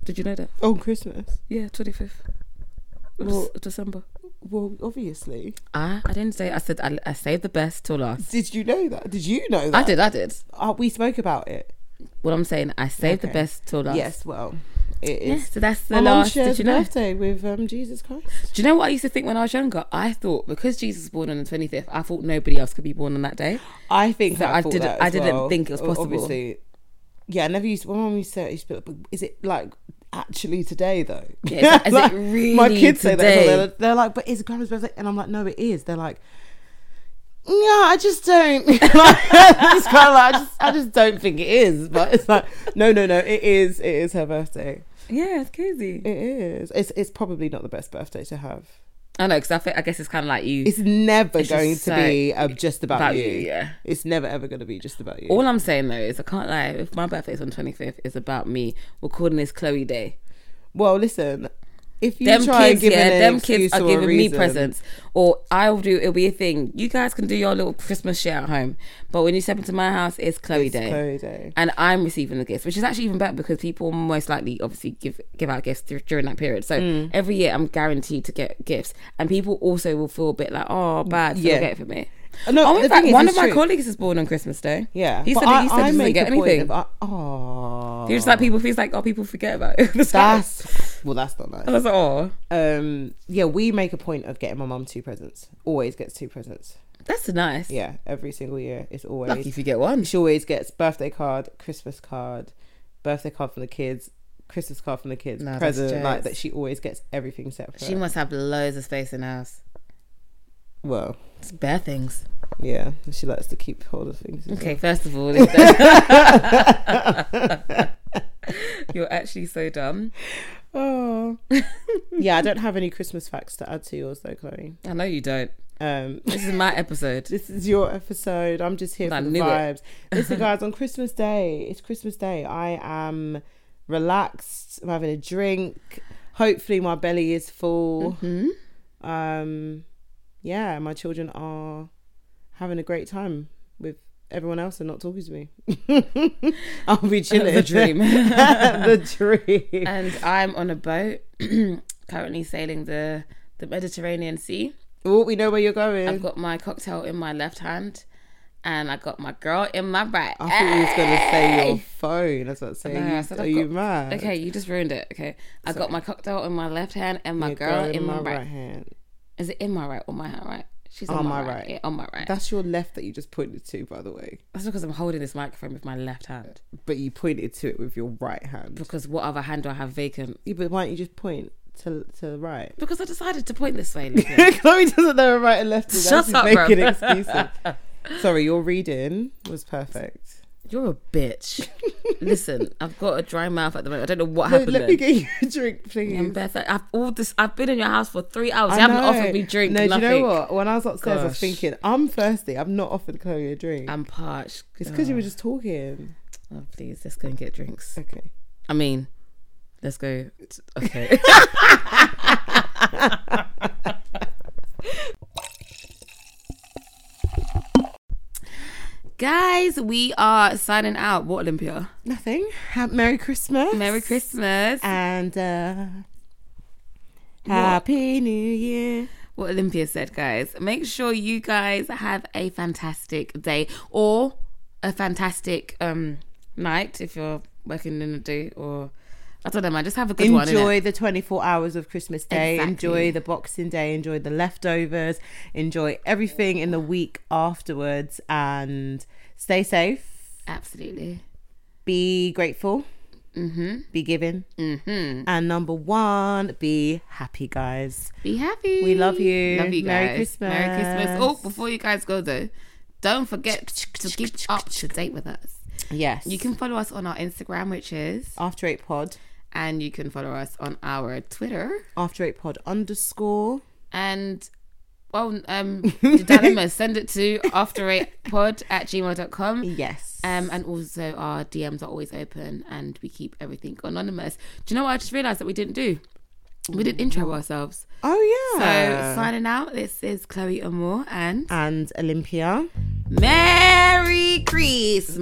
Speaker 1: Did you know that?
Speaker 2: On Oh, Christmas.
Speaker 1: Yeah, 25th of
Speaker 2: Well-
Speaker 1: December.
Speaker 2: Well, obviously.
Speaker 1: Ah, I didn't say I said I, I saved the best till last.
Speaker 2: Did you know that? Did you know
Speaker 1: I
Speaker 2: that?
Speaker 1: did, I did.
Speaker 2: Uh, we spoke about it.
Speaker 1: What I'm saying, I saved the
Speaker 2: Okay.
Speaker 1: best till last.
Speaker 2: Yes. Well, it
Speaker 1: Yeah,
Speaker 2: is.
Speaker 1: so that's the
Speaker 2: My mum
Speaker 1: last. Did
Speaker 2: shares
Speaker 1: you know?
Speaker 2: birthday with um, Jesus Christ.
Speaker 1: Do you know what I used to think when I was younger? I thought because Jesus was born on the 25th, I thought nobody else could be born on that day.
Speaker 2: I think
Speaker 1: So
Speaker 2: I,
Speaker 1: I
Speaker 2: thought
Speaker 1: didn't-
Speaker 2: that
Speaker 1: I
Speaker 2: as
Speaker 1: didn't
Speaker 2: well.
Speaker 1: think it was
Speaker 2: O-
Speaker 1: possible.
Speaker 2: Obviously, yeah. I never used. My mum used to say it. Used to be, like, "But is it like actually today though?
Speaker 1: Yeah, is it- is it
Speaker 2: My
Speaker 1: really
Speaker 2: kids say that. as well.
Speaker 1: today?
Speaker 2: They're, they're like, but is grandma's birthday? And I'm like, no, it is. They're like. Yeah, I just don't. Like, it's kind of like I just, I just don't think it is. But it's like, no, no, no, it is. It is her birthday.
Speaker 1: Yeah, it's crazy.
Speaker 2: It is. It's it's probably not the best birthday to have.
Speaker 1: I know because I think I guess it's kind of like you.
Speaker 2: It's never
Speaker 1: It's
Speaker 2: going to
Speaker 1: just
Speaker 2: be uh, just about,
Speaker 1: about
Speaker 2: you.
Speaker 1: you, yeah.
Speaker 2: It's never ever going to be just about you.
Speaker 1: All I'm saying though is I can't lie. If my birthday's on 25th, it's about me. We're calling this Chloe Day.
Speaker 2: well, listen, if you
Speaker 1: them
Speaker 2: try
Speaker 1: kids,
Speaker 2: giving
Speaker 1: yeah,
Speaker 2: an
Speaker 1: them
Speaker 2: excuse
Speaker 1: kids are
Speaker 2: or a
Speaker 1: giving me
Speaker 2: reason-
Speaker 1: presents, or I'll do. It'll be a thing. You guys can do your little Christmas shit at home, but when you step into my house, it's Chloe Day.
Speaker 2: Chloe Day.
Speaker 1: and I'm receiving the gifts, which is actually even better because people most likely obviously give give out gifts dur- during that period. So
Speaker 2: Mm.
Speaker 1: every year I'm guaranteed to get gifts, and people also will feel a bit like, oh, bad, so
Speaker 2: Mm, Yeah. Uh,
Speaker 1: they'll get it for me.
Speaker 2: No,
Speaker 1: oh,
Speaker 2: the
Speaker 1: in fact,
Speaker 2: thing is,
Speaker 1: one of
Speaker 2: it's
Speaker 1: my
Speaker 2: true.
Speaker 1: colleagues is born on Christmas Day.
Speaker 2: Yeah,
Speaker 1: he
Speaker 2: but
Speaker 1: said he, said he doesn't
Speaker 2: make
Speaker 1: get
Speaker 2: a point
Speaker 1: anything.
Speaker 2: of- I- oh,
Speaker 1: He was like people feels like oh people forget about it. I
Speaker 2: that's well, that's not nice.
Speaker 1: was like oh
Speaker 2: Um, yeah, we make a point of getting my mum two presents. Always gets two presents.
Speaker 1: that's nice.
Speaker 2: Yeah, every single year. It's always
Speaker 1: Lucky if you get one.
Speaker 2: she always gets birthday card, Christmas card, birthday card from the kids, Christmas card from the kids,
Speaker 1: No, that's
Speaker 2: present like
Speaker 1: jokes.
Speaker 2: that. She always gets everything separate.
Speaker 1: She must have loads of space in the house.
Speaker 2: well,
Speaker 1: It's bare things.
Speaker 2: yeah, she likes to keep hold of things.
Speaker 1: Okay, first of all, it's- you're actually so dumb.
Speaker 2: Oh, yeah. I don't have any Christmas facts to add to yours though, Chloe.
Speaker 1: I know you don't.
Speaker 2: Um,
Speaker 1: This is my episode.
Speaker 2: This is your episode. I'm just here
Speaker 1: I
Speaker 2: for the
Speaker 1: knew it.
Speaker 2: vibes. Listen, guys, on Christmas Day, it's Christmas Day. I am relaxed. I'm having a drink. Hopefully, my belly is full.
Speaker 1: Hmm?
Speaker 2: Um, yeah, my children are having a great time with everyone else and not talking to me. I'll be chilling.
Speaker 1: The dream.
Speaker 2: the dream.
Speaker 1: and I'm on a boat currently sailing the the Mediterranean Sea.
Speaker 2: Oh, we know where you're going.
Speaker 1: I've got my cocktail in my left hand, and I got my girl in my right.
Speaker 2: I thought you was gonna say your phone. I was about to say,
Speaker 1: No,
Speaker 2: you-
Speaker 1: I said
Speaker 2: are
Speaker 1: I've
Speaker 2: you
Speaker 1: got-
Speaker 2: mad?
Speaker 1: Okay, you just ruined it. Okay, I got my cocktail in my left hand and my
Speaker 2: Your
Speaker 1: girl, in my, right.
Speaker 2: right hand.
Speaker 1: Is it in my right or my hand right? She's on,
Speaker 2: On
Speaker 1: my,
Speaker 2: my
Speaker 1: right.
Speaker 2: right.
Speaker 1: Yeah, on my right.
Speaker 2: That's your left that you just pointed to, by the way.
Speaker 1: That's because I'm holding this microphone with my left hand.
Speaker 2: But you pointed to it with your right hand.
Speaker 1: Because what other hand do I have vacant?
Speaker 2: Yeah, but why don't you just point to to the right?
Speaker 1: Because I decided to point this way. Olivia.
Speaker 2: Chloe doesn't know her right and left. is.
Speaker 1: Shut
Speaker 2: She's
Speaker 1: up, bro.
Speaker 2: making excuses. Sorry, your reading was perfect.
Speaker 1: You're a bitch. Listen, I've got a dry mouth at the moment. I don't know what
Speaker 2: No,
Speaker 1: happened.
Speaker 2: let
Speaker 1: then.
Speaker 2: me get you a drink,
Speaker 1: I'm
Speaker 2: please.
Speaker 1: barefoot. I've all this. I've been in your house for three hours.
Speaker 2: I
Speaker 1: you haven't
Speaker 2: know.
Speaker 1: offered me drink.
Speaker 2: No,
Speaker 1: nothing.
Speaker 2: do you know what? When I was upstairs, I was
Speaker 1: Gosh. Oh,
Speaker 2: thinking, I'm thirsty. I've not offered Chloe a drink.
Speaker 1: I'm parched.
Speaker 2: it's because you were just talking.
Speaker 1: Oh, please, let's go and get drinks.
Speaker 2: Okay.
Speaker 1: I mean, let's go. Okay. Guys, we are signing out. What Olympia?
Speaker 2: Nothing. Ha- Merry Christmas.
Speaker 1: Merry Christmas.
Speaker 2: And uh, Happy New Year.
Speaker 1: what Olympia said, guys. Make sure you guys have a fantastic day or a fantastic um night if you're working in a day or I don't know, man. Just have a good one. innit?
Speaker 2: enjoy the 24 hours of christmas day
Speaker 1: Exactly.
Speaker 2: enjoy the boxing day enjoy the leftovers enjoy everything in the week afterwards and stay safe
Speaker 1: Absolutely.
Speaker 2: be grateful
Speaker 1: Mm-hmm.
Speaker 2: be giving
Speaker 1: Mm-hmm.
Speaker 2: and number one be happy guys
Speaker 1: Be happy.
Speaker 2: We love you.
Speaker 1: Love you guys.
Speaker 2: Merry
Speaker 1: Merry Christmas.
Speaker 2: Christmas.
Speaker 1: Oh, before you guys go though, don't forget to keep up to date with us.
Speaker 2: yes
Speaker 1: You can follow us on our Instagram, which is,
Speaker 2: after eight pod
Speaker 1: and you can follow us on our Twitter.
Speaker 2: after eight pod underscore
Speaker 1: and well um Danimus, send it to after eight pod at gmail.com
Speaker 2: yes
Speaker 1: um and also our dms are always open and we keep everything anonymous do you know what i just realized that we didn't do we didn't intro ourselves
Speaker 2: oh
Speaker 1: so
Speaker 2: yeah
Speaker 1: signing out this is chloe amore and
Speaker 2: and olympia
Speaker 1: merry christmas